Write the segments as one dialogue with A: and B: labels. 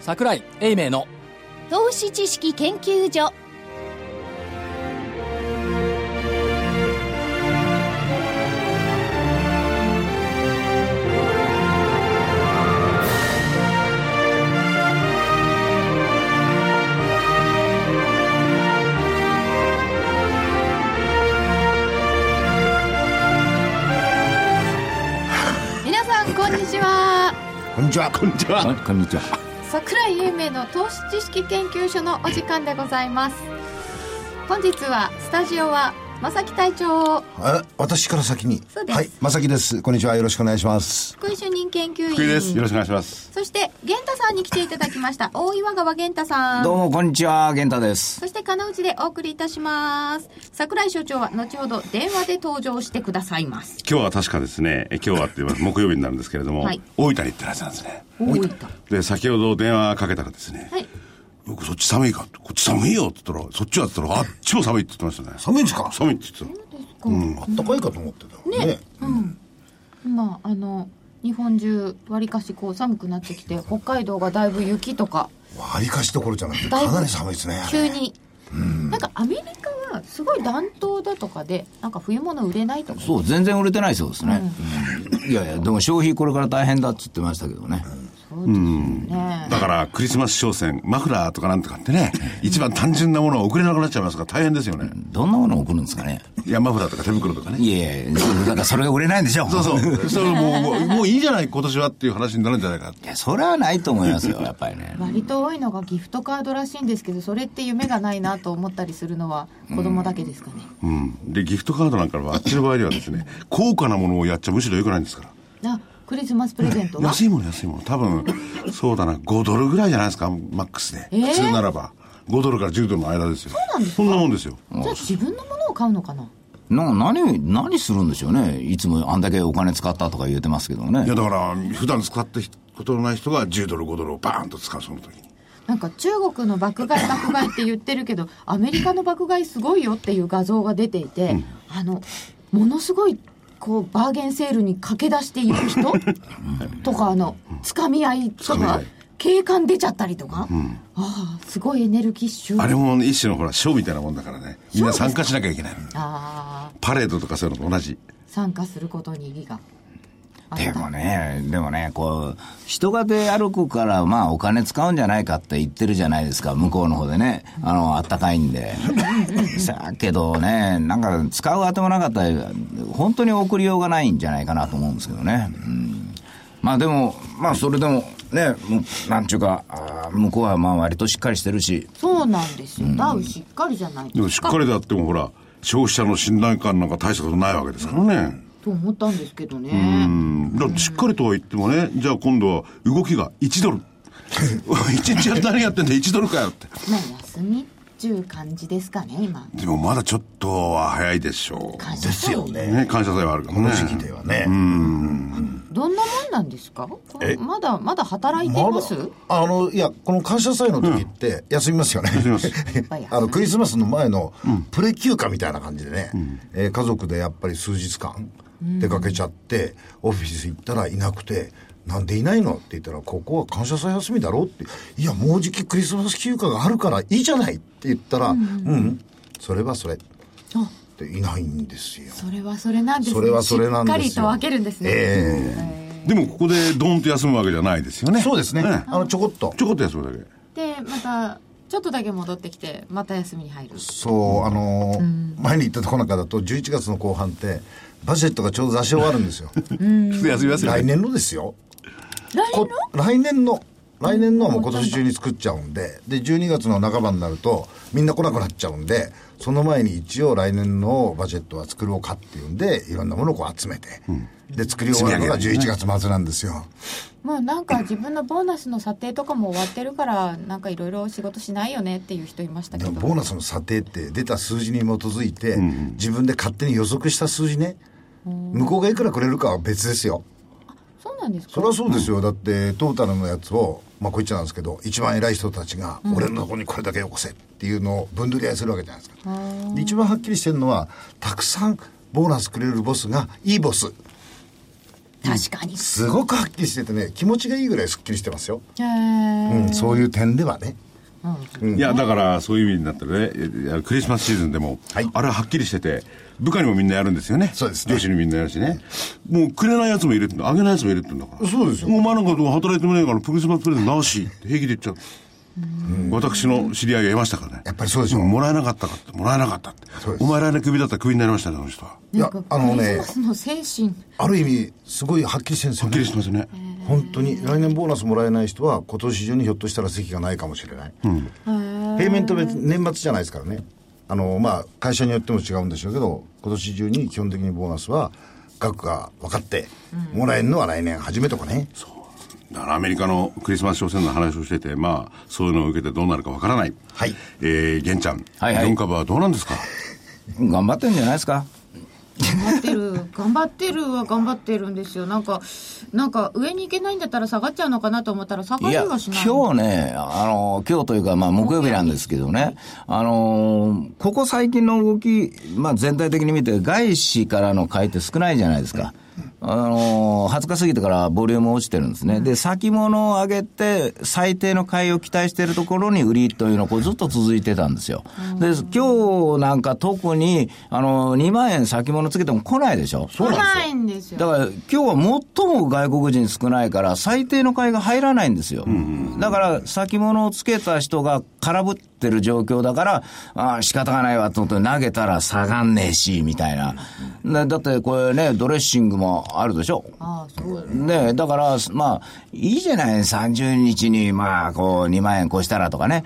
A: 桜井英明の
B: 投資知識研究所皆さんこんにちは
C: こんにちは。こんにちは。
D: こんにちは。
B: 桜井英明の投資知識研究所のお時間でございます本日はスタジオは正木隊長を
C: あ私から先に。
B: そうです
C: はい。まさきです。こんにちは。よろしくお願いします。
B: 福井主任研究員
D: 福井です。よろしくお願いします。
B: そして源太さんに来ていただきました大岩川源太さん
D: どうも、こんにちは。源太です。
B: そして金内でお送りいたします桜井所長は後ほど電話で登場してくださいます
E: 今日は確かですね、え今日はって言います木曜日になるんですけれども、
B: はい
E: 大分に行ってらっしゃるんですね。
B: 大分
E: で、先ほど電話かけたらですね、
B: はい
E: 僕そっち寒いかこっち寒いよって言ったら、そっちはって言ったら、あっちも寒いって言ってましたね。
C: 寒いんですか
E: 寒いって言ってた。
C: あったかいかと思ってた。ね。
B: まああの日本中わりかしこう寒くなってきて北海道がだいぶ雪とか
C: 割りかしどころじゃなくて、
B: だいぶ
C: かなり寒いですね。
B: 急になんかアメリカはすごい暖冬だとかでなんか冬物売れないとか
D: そう、全然売れてないそうですね。うんいやいや、でも消費これから大変だって言ってましたけどね。
B: そうですよね
E: だから、クリスマス商戦、マフラーとかなんとかってね、一番単純なものを送れなくなっちゃいますから大変ですよね。
D: どんなものを送るんですかね。
E: いや、マフラーとか手袋とかね。
D: いやいや、だからそれが売れないんでしょ。。
E: そうそうう。それもう、もうもういいじゃない、今年はっていう話になるんじゃないか。
D: いや、それはないと思いますよ、やっぱりね。
B: 割と多いのがギフトカードらしいんですけどそれって夢がないなと思ったりするのは子供だけですかね、
E: うん。で、ギフトカードなんかは、あっちの場合ではですね、高価なものをやっちゃむしろ良くないんですから。
B: あクリスマスプレゼントは
E: 安いもの安いもの多 分そうだな5ドルぐらいじゃないですかマックスで、
B: えー
E: 普通ならば5ドルから10ドルの間ですよそんなもんですよ
B: じゃあ自分のものを買うのかな
D: な、何、何するんでしょうね。いつもあんだけお金使ったとか言えてますけどね
E: いや。だから普段使ったことのない人が10ドル5ドルをバーンと使うその時に
B: なんか中国の爆買い爆買いって言ってるけどアメリカの爆買いすごいよっていう画像が出ていて、あのものすごいこうバーゲンセールに駆け出していく人とかあのつかみ合いと
E: つかみ合
B: か
E: い
B: 警官出ちゃったりとか、ああすごいエネルギッシュ
E: あれも一種のほらショーみたいなもんだからねみんな参加しなきゃいけない
B: ああ
E: パレードとかそういうのと同じ
B: 参加することに意義があった
D: でもね、でもね、こう、人が出歩くから、まあ、お金使うんじゃないかって言ってるじゃないですか、向こうの方でね。あの、あったかいん で。だけどね、なんか、使う当てもなかったら、本当に送りようがないんじゃないかなと思うんですけどね。うんまあ、でも、まあ、それでも、ね、もうなんちゅうか、あー向こうはまあ、割としっかりしてるし、
B: そうなんですよダウしっかりじゃない
E: でも
B: で
E: し
B: す
E: っ
B: か
E: かりであってもほら消費者の信頼感なんか大したことないわけですからね
B: と思ったんですけどね
E: うんだってしっかりとは言ってもねじゃあ今度は動きが1ドル1日は何やってんだ1ドルかよって
B: まあ休みっていう感じですかね今
E: でもまだちょっとは早いでしょ
B: 感謝
C: ですよ
E: う。
C: ね。
E: ね、感謝祭はあるから
C: こ
E: ね。
C: の時期ではね。
B: どんなもんなんですかこのまだまだ働いてい
C: ま
B: ま
C: だ
B: す、
C: あの、いや、この感謝祭の時って、休みますよね。
E: みます
C: あの、クリスマスの前の、プレ休暇みたいな感じでね、えー家族でやっぱり数日間出かけちゃって、オフィス行ったらいなくて、なんでいないのって言ったら、ここは感謝祭休みだろうって、いや、もうじきクリスマス休暇があるからいいじゃないって言ったら、うん、それはそれ。
B: あ
C: っていないんですよ。
B: それはそれなんですね
C: それはそれなんです
B: し
C: よ。
B: っかりと分けるんですね、
C: ええ
E: でもここでドンと休むわけじゃないですよね。
C: そうですね。
E: ええ
C: あの、ちょこっと。
E: ちょこっと休むだけ。
B: でまたちょっとだけ戻ってきてまた休みに入る
C: そう、あのー前に行ったとこなんかだと11月の後半ってバジェットがちょうど出し終わるんですよ
E: 休みますよ
C: 来
E: ね。
C: 年のですよ
B: 来
C: こ来年の来年のはもう今年中に作っちゃうんでで12月の半ばになるとみんな来なくなっちゃうんでその前に一応来年のバジェットは作ろうかっていうんでいろんなものをこう集めて、で作り終わるのが11月末なんですよ、
B: もうなんか自分のボーナスの査定とかも終わってるからなんかいろいろ仕事しないよねっていう人いましたけ
C: で
B: ど
C: もボーナスの査定って出た数字に基づいて、自分で勝手に予測した数字ね向こうがいくらくれるかは別ですよ
B: そうなんです
C: そ
B: か
C: れはそうですよ、だってトータルのやつをまあこいつなんですけど一番偉い人たちが俺のところにこれだけよこせっていうのを分取り合いするわけじゃないですか、で一番はっきりしてるのはたくさんボーナスくれるボスがいいボス
B: 確かに。
C: すごくはっきりしててね気持ちがいいぐらいすっきりしてますよ、
B: へ
C: う
B: ー
C: ん、そういう点ではね
E: いやだからそういう意味になったらねいやクリスマスシーズンでも、
C: はい
E: あれははっきりしてて部下にもみんなやるんですよね
C: そうですね
E: 上司にみんなやるしねもうくれないやつもいるってあげないやつもいるって言うんだから
C: そうですよ
E: もうお前なんかどう働いてもねえからクリスマスプレゼントなしって平気で言っちゃう私の知り合いがいましたからね
C: やっぱりそうでしょ
E: んもらえなかったかってもらえなかったって
C: そうです
E: お前来年クビだったらクビになりましたねあの人はは
C: いうや
B: んか
C: あの
B: クリス
C: ね
B: マスの精神。
C: ある意味すごいはっきりしてるんですよ
E: っき
C: ね
E: りしてますね
C: 本当に来年ボーナスもらえない人は今年中にひょっとしたら席がないかもしれない、平面と別年末じゃないですからねあのまあ会社によっても違うんでしょうけど今年中に基本的にボーナスは額が分かってもらえるのは来年初めとかね、
E: だからアメリカのクリスマス商戦の話をしてて、まあ、そういうのを受けてどうなるかわからない。
C: はい
E: えー、玄ちゃん。
D: はいはい
E: 日本株はどうなんですか
D: 頑張ってんじゃないですか
B: 頑張ってる。頑張ってるは頑張ってるんですよ。なんか、なんか上に行けないんだったら下がっちゃうのかなと思ったら下が
D: い
B: り
D: や、
B: はしない。
D: 今日ね、あの、今日というか、まあ、木曜日なんですけどね、あの、ここ最近の動き、まあ、全体的に見て、外資からの買いって少ないじゃないですか。あの、20日過ぎてからボリューム落ちてるんですね。で、先物を上げて、最低の買いを期待しているところに売りというのがこうずっと続いてたんですよ。で、今日なんか特に、あの、2万円先物つけても来ないでしょ。
B: 来ないんです
D: だ
B: よ。
D: から今日は最も外国人少ないから、最低の買いが入らないんですよ、だから先物をつけた人が空振ってる状況だから、ああ、仕方がないわと思って投げたら下がんねえし、みたいな、ねだってこれね、ドレッシングもあるでしょ。
B: ああ、そう。
D: ねだから、まあ、いいじゃない、30日に、まあ、こう、2万円越したらとかね。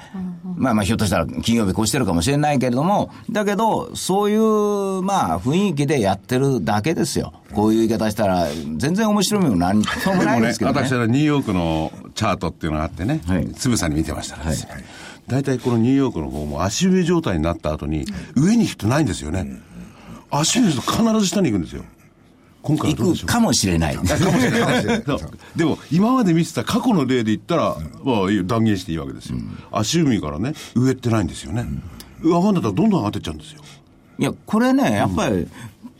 D: まあまあ、ひょっとしたら金曜日越してるかもしれないけれども、だけど、そういう、まあ、雰囲気でやってるだけですよ。こういう言い方したら、全然面白みも何にも
E: で
D: な
E: も
D: いで
E: ね
D: す、けどね。
E: 私はニューヨークのチャートっていうのがあってね
D: はい、
E: つぶさに見てましたらですね大体このニューヨークの方も足上状態になった後に、上に行くとないんですよね。足上すると必ず下に行くんですよ。今回はどうで
D: 行
E: しょ
D: く
E: う
D: かもしれない。
E: そうでも今まで見てた過去の例で言ったら、まあいいよ、断言していいわけですよ、足踏みからね上ってないんですよね、上がんだったらどんどん上がってっちゃうんですよ
D: いや、これね、やっぱり、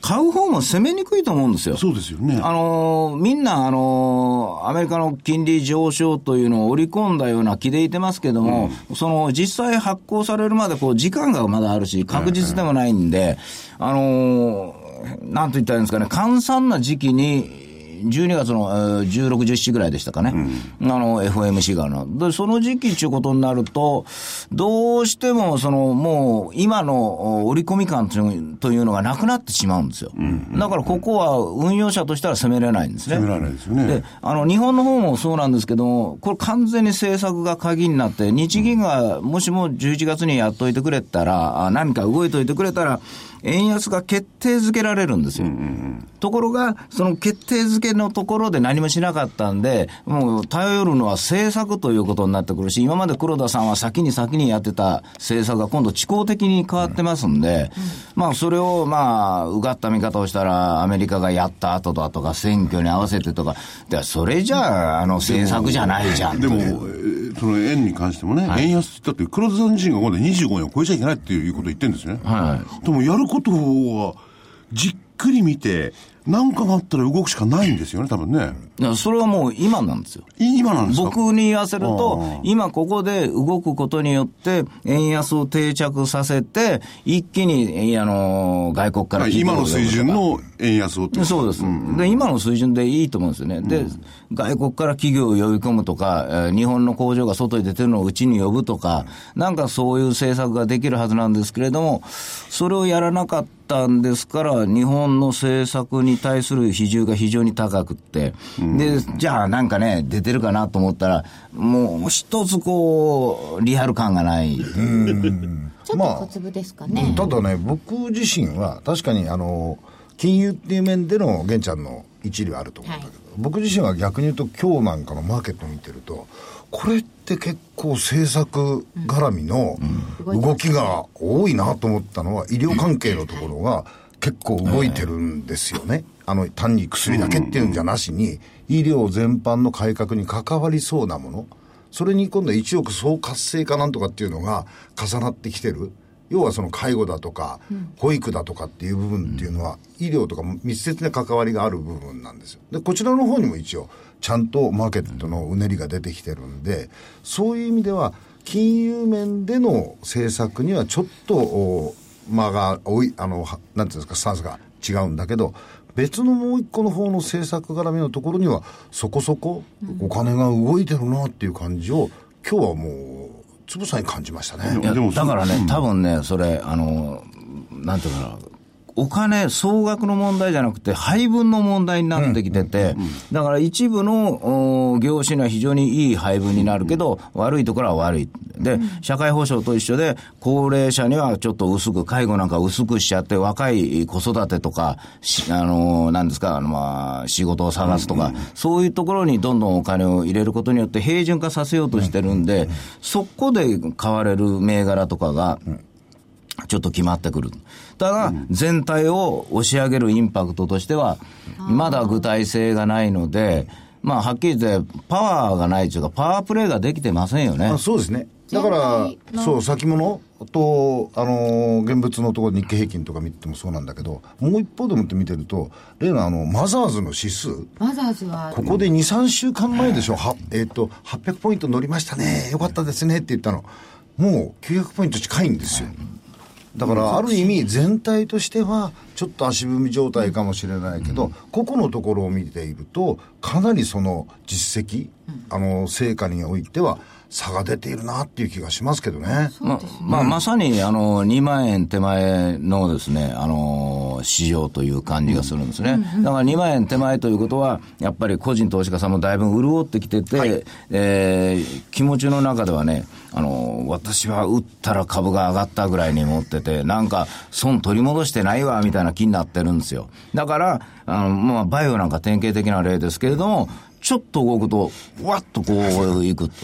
D: 買う方も攻めにくいと思うんですよ。
E: そうですよね
D: あのーみんな、あのーアメリカの金利上昇というのを織り込んだような気でいてますけども、その実際発行されるまでこう時間がまだあるし、確実でもないんで、あのーなんと言ったらいいんですかね、換算な時期に、12月のえー16、17ぐらいでしたかね、あの FOMC があるの、でその時期ということになると、どうしてもそのもう今のお織り込み感というというのがなくなってしまうんですよ、だからここは運用者としては攻めれないんですね。
E: 攻められないですよね
D: であの日本の方もそうなんですけども、これ、完全に政策が鍵になって、日銀がもしも11月にやっといてくれたら、あ何か動いといてくれたら、円安が決定づけられるんですよ。ところが、その決定づけのところで何もしなかったんで、もう頼るのは政策ということになってくるし、今まで黒田さんは先に先にやってた政策が今度、遅行的に変わってますんで、まあ、それを、まあ、うがった見方をしたら、アメリカがやった後だとか、選挙に合わせてとか、でそれじゃあ、あの、政策じゃないじゃん
E: でも、え
D: という
E: ーその円に関してもね、円安って言ったって黒田さん自身が今度25円を超えちゃいけないっていうことを言ってるんですね、
D: は
E: でもやることはじっくり見て何かがあったら動くしかないんですよね多分ね
D: いやそれはもう今なんですよ。
E: い今なんですか
D: 僕に言わせる
E: ああ
D: と、今ここで動くことによって、円安を定着させて、一気に、えーあのー外国から
E: はい
D: 引いてく
E: 今
D: る
E: の水準の円安をってこと
D: そうです、で、今の水準でいいと思うんですよね。で、外国から企業を呼び込むとか、えー日本の工場が外に出てるのをうちに呼ぶとか、なんかそういう政策ができるはずなんですけれども、それをやらなかったんですから、日本の政策に対する比重が非常に高くって、で、じゃあなんかね、出てるかなと思ったら、もう一つこう、リアル感がない。
B: ちょっと小粒ですかね。
C: ただね僕自身は確かにあの金融っていう面での玄ちゃんの一理はあると思うんだけど、僕自身は逆に言うと今日なんかのマーケットを見てるとこれって結構政策絡みの動きが多いなと思ったのは医療関係のところが結構動いてるんですよね。あの単に薬だけっていうんじゃなしに医療全般の改革に関わりそうなものそれに今度は1億総活性化なんとかっていうのが重なってきてる要はその介護だとか、保育だとかっていう部分っていうのは、医療とかも密接な関わりがある部分なんですよ。で、こちらの方にも一応、ちゃんとマーケットのうねりが出てきてるんで、そういう意味では、金融面での政策にはちょっと、お間が、おい、あの、はなんていうんですか、スタンスが違うんだけど、別のもう一個の方の政策絡みのところには、そこそこお金が動いてるなっていう感じを、今日はもう、つぶさに感じましたね。
D: いや
E: でも
D: だからね、多分ね、それ、あの、なんていうかな、お金、総額の問題じゃなくて、配分の問題になってきてて、だから一部のお業種には非常にいい配分になるけど、悪いところは悪い。で、社会保障と一緒で、高齢者にはちょっと薄く、介護なんか薄くしちゃって、若い子育てとか、しあの、なんですか、あの、まあ、仕事を探すとか、そういうところにどんどんお金を入れることによって平準化させようとしてるんで、そこで買われる銘柄とかが、ちょっと決まってくる。ただ、全体を押し上げるインパクトとしては、まだ具体性がないので、まあ、はっきり言って、パワーがないというか、パワープレイができてませんよね
C: あ。そうですね。だから
B: 全体、の
C: そう、先物と、あのー現物のところ、日経平均とか見てもそうなんだけど、もう一方でもって見てると、例のあの、マザーズの指数、
B: マザーズは
C: ここで2、3週間前でしょ、はえっ、と、800ポイント乗りましたね、よかったですねって言ったの、もう900ポイント近いんですよ。だから、ある意味、全体としては、ちょっと足踏み状態かもしれないけど、個々のところを見ていると、かなりその実績、あの、成果においては、差が出ているなっていう気がしますけどね。
D: ままあ、まさに、あの、2万円手前のですね、あの、市場という感じがするんですね。だから2万円手前ということは、やっぱり個人投資家さんもだいぶ潤ってきてて、えー気持ちの中ではね、あの、私は売ったら株が上がったぐらいに持ってて、なんか損取り戻してないわ、みたいな気になってるんですよ。だから、あの、まあ、バイオなんか典型的な例ですけれども、ちょっと動くと、わっとこういくと。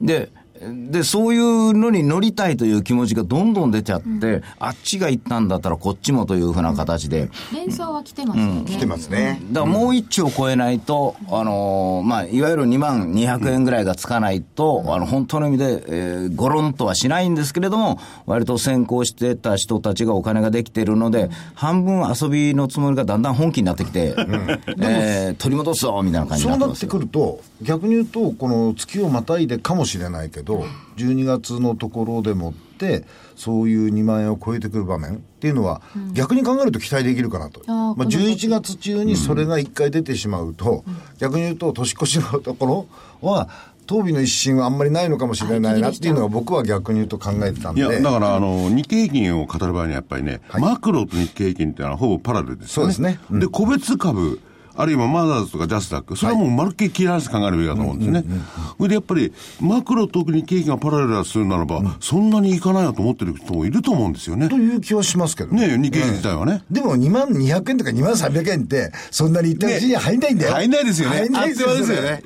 D: で、で、そういうのに乗りたいという気持ちがどんどん出ちゃって、あっちが行ったんだったらこっちもというふうな形で、
B: 連想は来てますよね、
C: 来てますね。
D: だからもう一兆超えないと、あのーまあ、いわゆる2万200円ぐらいがつかないと、あの、本当の意味で、えー、ごろんとはしないんですけれども、割と先行してた人たちがお金ができてるので、半分遊びのつもりがだんだん本気になってきて、えー取り戻すぞみたいな感じに
C: そ
D: なってま
C: うなっ
D: す
C: て
D: よ。
C: くると、逆に言うと、この月をまたいでかもしれないけど、12月のところでもって、そういう2万円を超えてくる場面っていうのは、逆に考えると期待できるかなと。
B: あー
C: まあ、
B: この時
C: 11月中にそれが1回出てしまうと、逆に言うと、年越しのところは、当備の一新はあんまりないのかもしれないなっていうのが僕は逆に言うと考えてたん
E: い
C: で。
E: や、だから、あの、日経平均を語る場合にはやっぱりね、マクロと日経平均ってのはほぼパラレルですよね。
C: そうですねう
E: で、個別株、あるいはマザーズとかジャスダック、それはもうまるっきり切り離して考えるべきだと思うんですね。それでやっぱり、マクロと日経平均がパラレルだとするならば、そんなにいかないなと思ってる人もいると思うんですよね
C: と。いう気はしますけど
E: ねえ日経平均自体はね。
C: でも2万200円とか2万300円って、そんなに一体うちに入んないんだよ。
E: ね入んないですよね
C: 入んないですよ
E: あっという間ですよね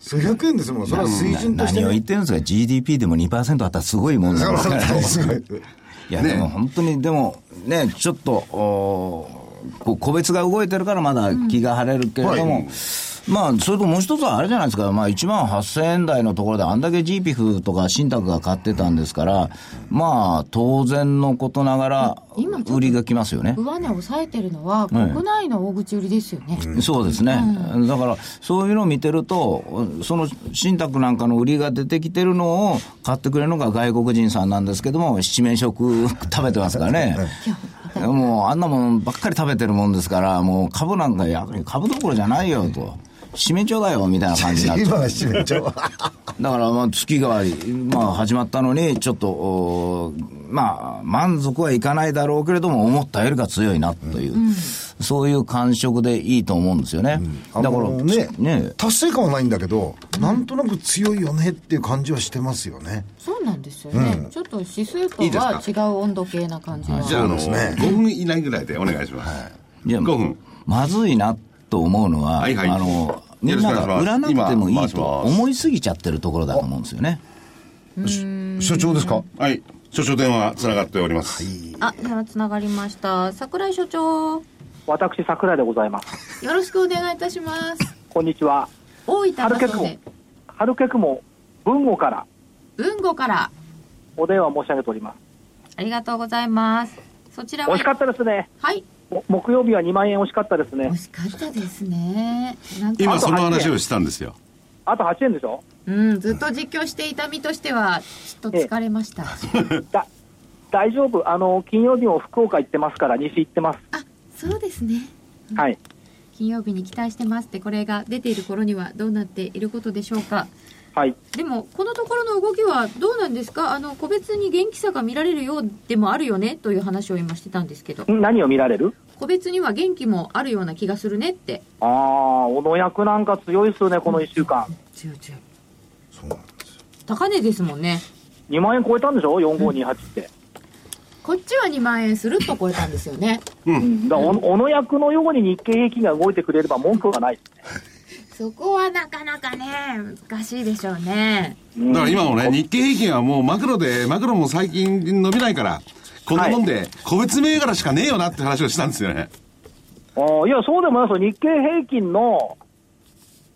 C: それ数百円ですもん。それは水準として
D: 何を
C: ね。
D: 言ってるんですか ?GDP でも2%あったらすごいもん なんですからね。
C: すごい。
D: いや、でも本当に、でもね、ちょっと、おーこう個別が動いてるからまだ気が晴れるけれども、まあ、それともう一つはあれじゃないですか、まあ、1万8000円台のところであんだけ GPF とか信託が買ってたんですから、まあ、当然のことながら
B: 今ちょっ、と
D: 売りが来ますよね。
B: 上値を抑えてるの
D: は
B: は、
D: い
B: 国内の大口売りですよね、
D: そうですね、だからそういうのを見てると、その信託なんかの売りが出てきてるのを買ってくれるのが外国人さんなんですけども、七面食 食べてますからね、もうあんなもんばっかり食べてるもんですから、もう株なんか、や株どころじゃないよと、七面鳥だよみたいな感じになっちゃう
C: 今が七面鳥。
D: だからまあ月替わり、まあ、始まったのに、ちょっと、おーまあ、満足はいかないだろうけれども、思ったよりか強いなという、そういう感触でいいと思うんですよね。
C: あ
D: だから、
C: のね
D: ね
C: 達成感はないんだけど、なんとなく強いよねっていう感じはしてますよね。
B: そうなんですよね、ちょっと指数と
A: いいです
B: は
A: か
B: 違う温度計な感じは、
A: じゃあ、あの、
C: そうですね
A: 5分以内ぐらいでお願いします。
D: いや
A: 5分。
D: まずいなと思うのは、
A: はいはい
D: あのみ
A: よ
D: ん
A: ろしく
D: な
A: お願いします
D: が売らなくてもいいと
A: 今回します
D: 思いすぎちゃってるところだと思うんですよね。
C: 所長ですか
A: はい。所長電話つながっております。
B: あ電話つながりました桜井所長よ
F: 私、桜井でございます。
B: ろしくお願いいたします
F: こんにちは。
B: 大分
F: 春
B: だ
F: け
B: そうで
F: 雲、春け雲、文語から
B: 豊後から
F: お電話申し上げております。
B: ありがとうございます。そちら
F: 惜
B: は
F: しかったですね。
B: はい。
F: も木曜日は2万円惜しかったですね
B: 惜。しかったですね。なんか
A: 今その話をしたんですよ。
F: あと8円でしょ
B: うん、ずっと実況していた身としては、ちょっと疲れま した。
F: だ大丈夫。あの、金曜日も福岡行ってますから、西行ってます。
B: あ、そうですね。
F: はい。
B: 金曜日に期待してますって、これが出ている頃にはどうなっていることでしょうか。
F: はい。
B: でも、このところの動きはどうなんですかあの、個別に元気さが見られるようでもあるよねという話を今してたんですけど、
F: ん何を見られる
B: 個別には元気もあるような気がするねって。
F: ああ、小野役なんか強いっすよね、この1週間。
B: 強い強い。
C: そうなんですよ
B: 高値ですもんね。
F: 2万円超えたんでしょ ?4528 って。
B: こっちは2万円するっと超えたんですよね。
F: うん。だからお小野役のように日経平均が動いてくれれば文句がない。
B: そこはなかなかね、難しいでしょうね。
A: だから今もね、日経平均はもうマクロで、マクロも最近伸びないから、こんなもんで、個別銘柄しかねえよなって話をしたんですよね。
F: ああいや、そうでもないですよ、日経平均の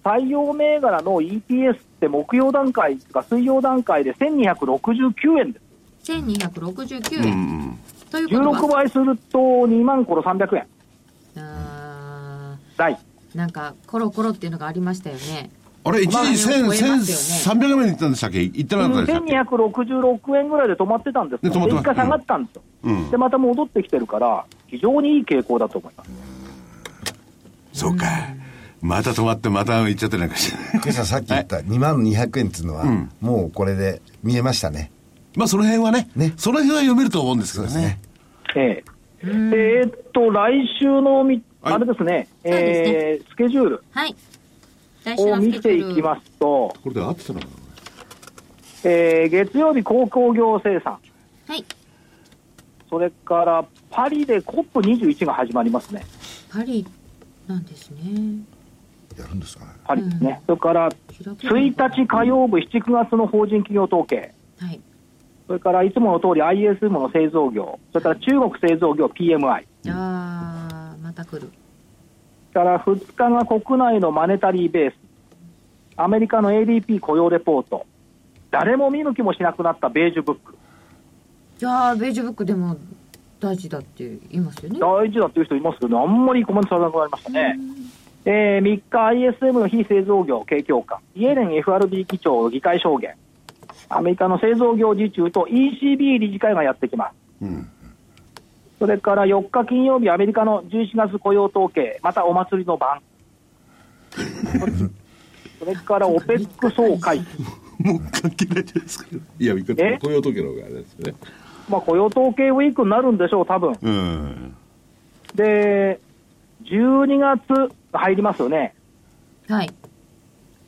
F: 採用銘柄の EPS って木曜段階とか水曜段階で1269円です。
B: 1269円。ということは
F: 16倍すると2万コロ300円。
B: あ
F: 大。
B: ーなんか、コロコロっていうのがありましたよね。
A: あれ、一時1000、1300円で行ったんでしたっけ行ってなかったでしたっけ
F: 1266円ぐらいで止まってたんですよ
A: で止まっ
F: で
A: てま
F: 一
A: した
F: 回下がったんですよ、で、また戻ってきてるから、非常にいい傾向だと思います。
A: そうか。また止まって、また行っちゃってなんかして。
C: 今朝さっき言った2万200円っていうのは、もうこれで見えましたね
A: まあその辺はね
C: ね
A: その辺は読めると思うんですけどね。
F: えええーっと、来週のみ、
A: はい
F: あれですね、
B: そうですね
F: えースケジュール
B: はい。来
F: を見ていき
B: ル。
F: ますと、
A: これで合ってたのかな
F: えー月曜日、鉱工業生産、
B: はい。
F: それからパリで COP21 が始まりますね、
B: パリなんですね。
C: やるんですかね
F: パリですね、それから
B: 開けるのか
F: 1日火曜日、7月の法人企業統計、
B: はい。
F: それからいつもの通り ISM の製造業、それから中国製造業 PMI、
B: あー、また来る。
F: それから2日が国内のマネタリーベース、アメリカの ADP 雇用レポート、誰も見向きもしなくなったベージュブック、
B: いやー、ベージュブックでも大事だって言いますよね。
F: 大事だっていう人いますけど、あんまりコメントされなくなりましたね。えー、3日、ISM の非製造業景況感、イエレン FRB 議長の議会証言、アメリカの製造業受注と ECB 理事会がやってきます。それから4日金曜日、アメリカの11月雇用統計、またお祭りの晩。それからオペック総会、
A: もう関係ないじゃないですか。いや、雇
F: え
A: 用時計の方があれですよね。
F: まあ、雇用統計ウィークになるんでしょう、多分
A: うん。
F: で、12月入りますよね。
B: はい。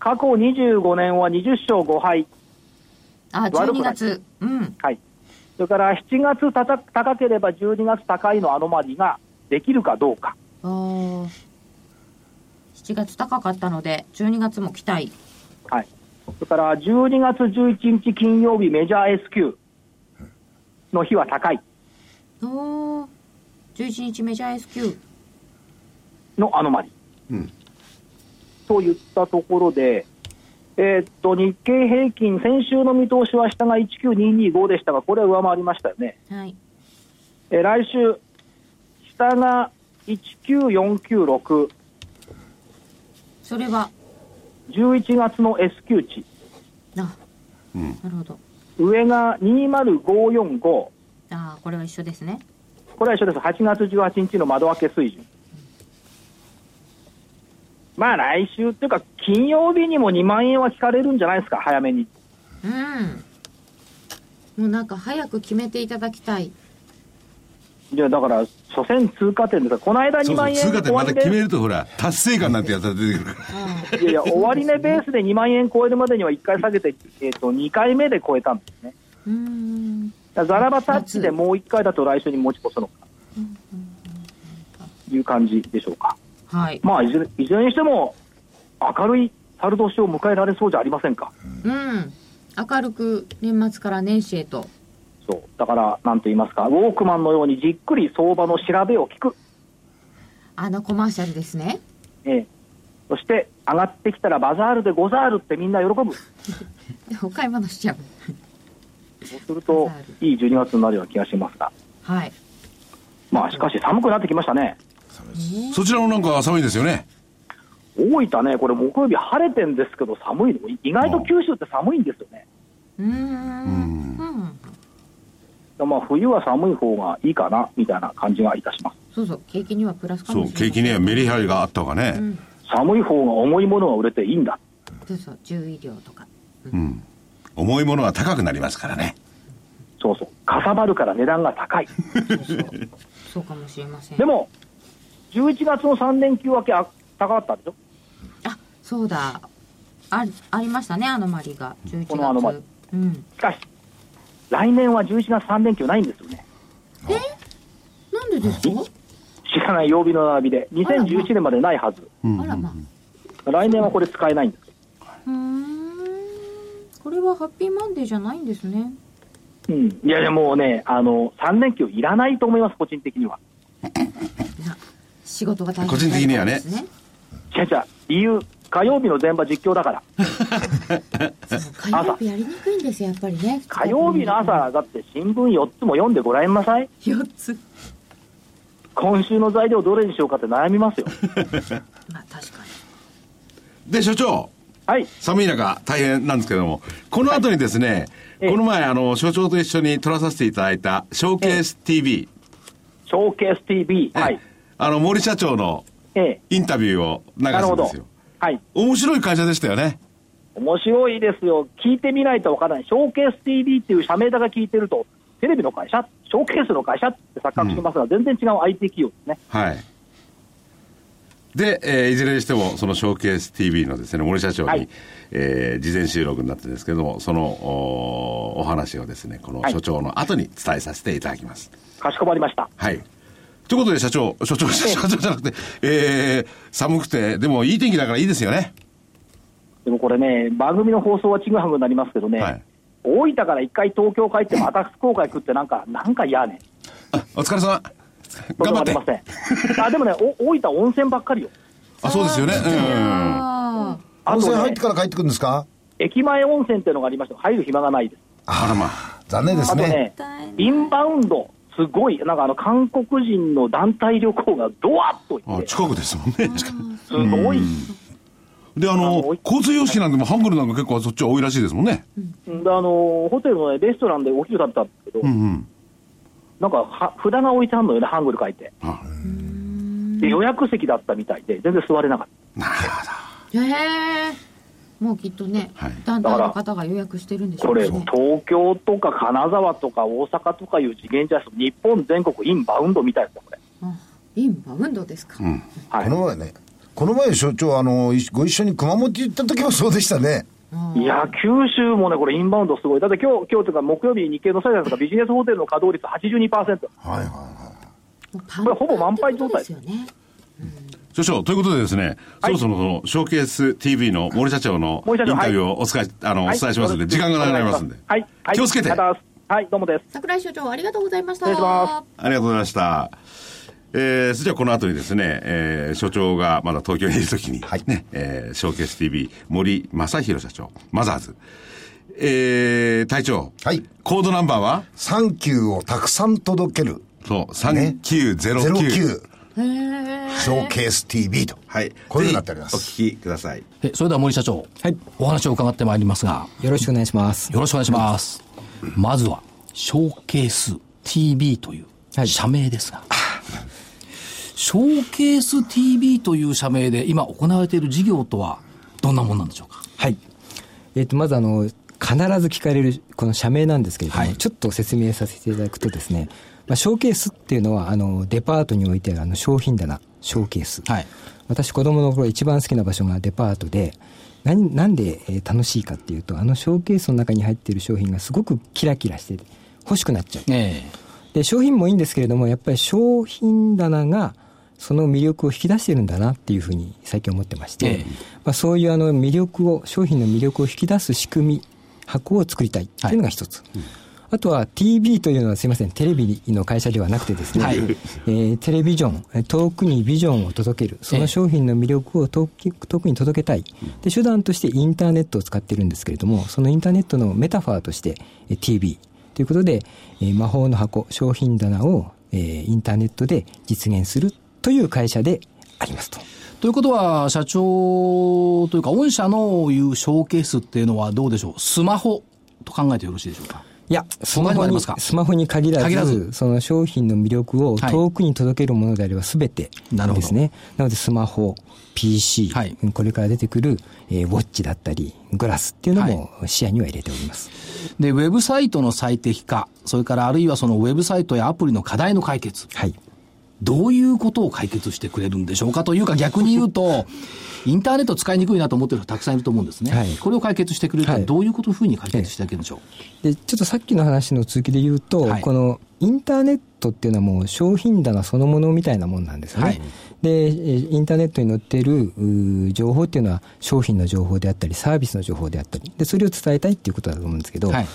F: 過去25年は20勝5敗、
B: あ、
F: 悪
B: 12
F: くない
B: 月。うん。
F: はい、それから7月たた高ければ12月高いのアノマリができるかどうか、
B: あー7月高かったので、12月も期待。
F: はい、それから12月11日金曜日、メジャー S q の日は高い
B: おー、11日メジャー S q
F: のアノマリ。といったところで、えーっと日経平均、先週の見通しは下が19225でしたが、これは上回りましたよね。
B: はい。
F: えー来週、下が19496、
B: それは、
F: 11月の S q 値。
B: あ、なるほど。
F: 上が20545、こ
B: ああ、これは一緒ですね。
F: れは一緒です、8月18日の窓開け水準。まあ来週というか、金曜日にも2万円は聞かれるんじゃないですか、早めに。
B: うん。もうなんか早く決めていただきたい。
F: いやだから、所詮通過点ですからこの間
A: そ
F: 2
A: うそ
F: 万
A: う、
F: 円
A: 通貨で
F: 終わ
A: ま
F: り
A: た決め
F: で、
A: るとほら、達成感なんてやつが出てくるから。
F: いやいや、終わり値ベースで2万円超えるまでには1回下げて、えっと2回目で超えたんですね。
B: うーん。
F: だからザラバタッチでもう1回だと来週に持ち越すのか。いう感じでしょうか。
B: はい。
F: まあいずれ、いずれにしても、明るい猿年を迎えられそうじゃありませんか。
B: うん。明るく年末から年始へと。
F: そう。だから、なんと言いますか、ウォークマンのようにじっくり相場の調べを聞く。
B: あのコマーシャルですね。
F: ええ。そして、上がってきたらバザールでござールってみんな喜ぶ。
B: でお買い物しちゃう。
F: そうすると、いい12月になるような気がしますが、
B: はい。
F: まあ、しかし寒くなってきましたね。
E: そちらもなんか寒いですよね。
F: 大分ね、これ、木曜日晴れてんですけど、寒いの、意外と九州って寒いんですよね。
B: うーん。うん。
F: まあ、冬は寒い方がいいかなみたいな感じがいたします。
B: そうそう、景気にはプラスか
E: そ
B: も
E: う、
B: しれない。
E: 景気ね、メリハリがあった方がね。
B: うん。
F: 寒い方が重いものは売れていいんだ。
B: そうそう、注意量とか。
E: 重いものは高くなりますからね。
F: そうそう。かさばるから値段が高 い。
B: そうそう。そうかもしれません。
F: で、も、11月の3連休明け、あ高かったでしょ
B: あ、そうだ。あ、ありましたね、アノマリが。11月。
F: このアノマリ
B: うん。
F: しかし、来年は11月3連休ないんですよね。
B: なんでですか
F: 知らない曜日の並びで。2011年までないはず。
B: あらまあ。
F: 来年はこれ使えないんです。
B: うーん。これはハッピーマンデーじゃないんですね。
F: うん。いやいや、もうね、あの、3連休いらないと思います、個人的には。
B: な仕事が大変
E: 個人的にはね
B: だからです
F: 違う違う。理由、火曜日の全場実況だから。
B: そう火曜日やりにくいんですよやっぱりね
F: 火曜日の朝、だって新聞4つも読んでごらんなさい。
B: 4つ
F: 今週の材料どれにしようかって悩み ますよ。
B: まあ確かに
E: で、所長。
F: はい。
E: 寒い中大変なんですけども、この後にですね、
F: ええ
E: この前、あの、所長と一緒に撮らさせていただいた、ショーケース TV、
F: ショーケース TV。は
E: え
F: い
E: え。あの、森社長の
F: ええ。
E: インタビューを流
F: なる
E: す
F: ほ
E: んで
F: ど
E: すよ。。
F: はい。
E: 面白い会社でしたよね。
F: 面白いですよ。聞いてみないとわからない。ショーケース TV っていう社名だが聞いてると、テレビの会社、ショーケースの会社って錯覚しますが、全然違う IT 企業ですね。
E: はい。で、えーいずれにしても、そのショーケース TV のですね、森社長に、
F: はい
E: えー事前収録になったんですけども、そのおお話をですね、この
F: はい
E: 所長の後に伝えさせていただきます。
F: かしこまりました。
E: はい。ということで、社長、所長、社長じゃなくて、えー、寒くて、でもいい天気だからいいですよね。
F: でもこれね、番組の放送はちぐはぐになりますけどね、
E: はい
F: 大分から一回東京帰ってまた福岡行くってなんか、なんか嫌ね。
E: あお疲れ様。
F: それ
E: 頑張
F: は
E: っ
F: あり
E: て
F: ま。せん。あでもね、お大分温泉ばっかりよ。
E: あ、そうですよね。うん。
B: あ
F: あ
C: 温
F: と
C: 泉入っ
F: ね
C: て、から帰ってくるんですか
F: 駅前温泉っていうのがありました入る暇がないです。
E: あらまあ。
C: 残念で
F: あ
C: す
F: と
C: ね
F: ね、インバウンド、すごい、なんかあの韓国人の団体旅行がドワッと行っ
E: あ
F: て、す
E: 近くですもんね。近く
F: ごい、
E: で、あ
F: あ
E: の
F: のおい、
E: 交通様式なんでもハングルなんか結構そっちは多いらしいですもんね。
F: うんであのホテルの、ね、レストランでお昼食べたんですけど、
E: うんうん。
F: なんかは札が置いてあるのよね、ハングル書いて
E: あ
F: で、予約席だったみたいで、全然座れなかっ、
E: なるほど。
B: ーへえもうきっとね、
E: はい
B: 団体の方が予約してるんでしたょ
F: こ
B: うね
F: れ、東京とか金沢とか大阪とかいう次元じゃないです日本全国インバウンドみたいですよ、これ。
B: あインバウンドですか、
F: は
C: この前ねこの前所長あのいご一緒に熊本行った時もそうでしたね
B: あー
F: いや、九州もね、これ、インバウンドすごい。だって今日、今日というか、木曜日、日経のサイダーとか、ビジネスホテルの稼働率82%。
C: はいはいは
B: もうパン
F: これほぼ満杯状態
B: ですよね
E: 所長、ということでですね、
F: はい
E: そろそろその、ショーケース TV の森社長のイン
F: 森
E: タ
F: 社長
E: ビューをお伝え、あの、お伝えしますんで、時間がなくなりますんで。
F: はい。はい
E: 気をつけて。
F: またはい、どうもです。
B: 桜井所長ありがとうございました
F: 失礼しま
E: ありがとうございました。えー、それじゃあこの後にですね、えー、所長がまだ東京にいるときに、
C: はい
E: ね、えー、ショーケース TV、森正宏社長、マザーズ。えー、隊長。
C: はい
E: コードナンバーはい
C: サンキューをたくさん届ける
E: そう、
C: ね
E: 3909。
C: 09シ
B: へ
C: ョ
B: え
C: ーケース TV と
E: はい。
C: こういうふうになっておりま
E: ぜ
C: す
E: ひお聞きください。
G: えそれでは森社長、
H: はい
G: お話を伺ってまいりますが
H: よろしくお願いします。
G: よろしくお願いしますまずはショーケース TV という
H: はい
G: 社名ですが、ショーケース TV という社名で今行われている事業とはどんなもんなんでしょうか
H: はい。えっ、と、まずあの、必ず聞かれる、この社名なんですけれども、
G: はい
H: ちょっと説明させていただくとですね、まあ、ショーケースっていうのは、あの、デパートにおいてあるあの商品棚、ショーケース。
G: はい
H: 私、子供の頃一番好きな場所がデパートで、何なんでえー楽しいかっていうと、あのショーケースの中に入っている商品がすごくキラキラしてて、欲しくなっちゃう。
G: え
H: で商品もいいんですけれどもやっぱり商品棚がその魅力を引き出してるんだなっていうふうに最近思ってまして、
G: ええ
H: まあ、そういうあの魅力を商品の魅力を引き出す仕組み箱を作りたいっていうのが一つ、あとは TV というのはすいませんテレビの会社ではなくてですね、
G: はい
H: えーテレビジョンえー遠くにビジョンを届けるそ
G: ええ
H: の商品の魅力を遠く遠くに届けたいで手段としてインターネットを使ってるんですけれどもそのインターネットのメタファーとしてえー TV ということで、えー魔法の箱、商品棚を、えーインターネットで実現するという会社でありますと。
G: ということは、社長というか、御社のいうショーケースっていうのはどうでしょうスマホと考えてよろしいでしょうか
H: いや、ス
G: 他
H: マ
G: にも
H: ホ
G: あり
H: に、
G: ますか
H: スマホに限らず、
G: 限らず
H: その商品の魅力を
G: はい
H: 遠くに届けるものであれば全て
G: なるほど
H: ですね。なのでスマホ、PC、
G: はい
H: これから出てくる、えーウォッチだったり、グラスっていうのも視野には入れております。
G: で、ウェブサイトの最適化、それからあるいはそのウェブサイトやアプリの課題の解決、
H: はい。
G: どういうことを解決してくれるんでしょうかというか逆に言う と、インターネット使いにくいなと思ってる人たくさんいると思うんですね。
H: はい
G: これを解決してくれるとは
H: はい
G: どういうことふうに解決していけるんでしょう、
H: で、ちょっとさっきの話の続きで言うと、
G: はい
H: このインターネットっていうのはもう商品棚そのものみたいなもんなんですよね。
G: はい
H: で、えーインターネットに載っているうー情報っていうのは商品の情報であったり、サービスの情報であったり、で、それを伝えたいっていうことだと思うんですけど、
G: はい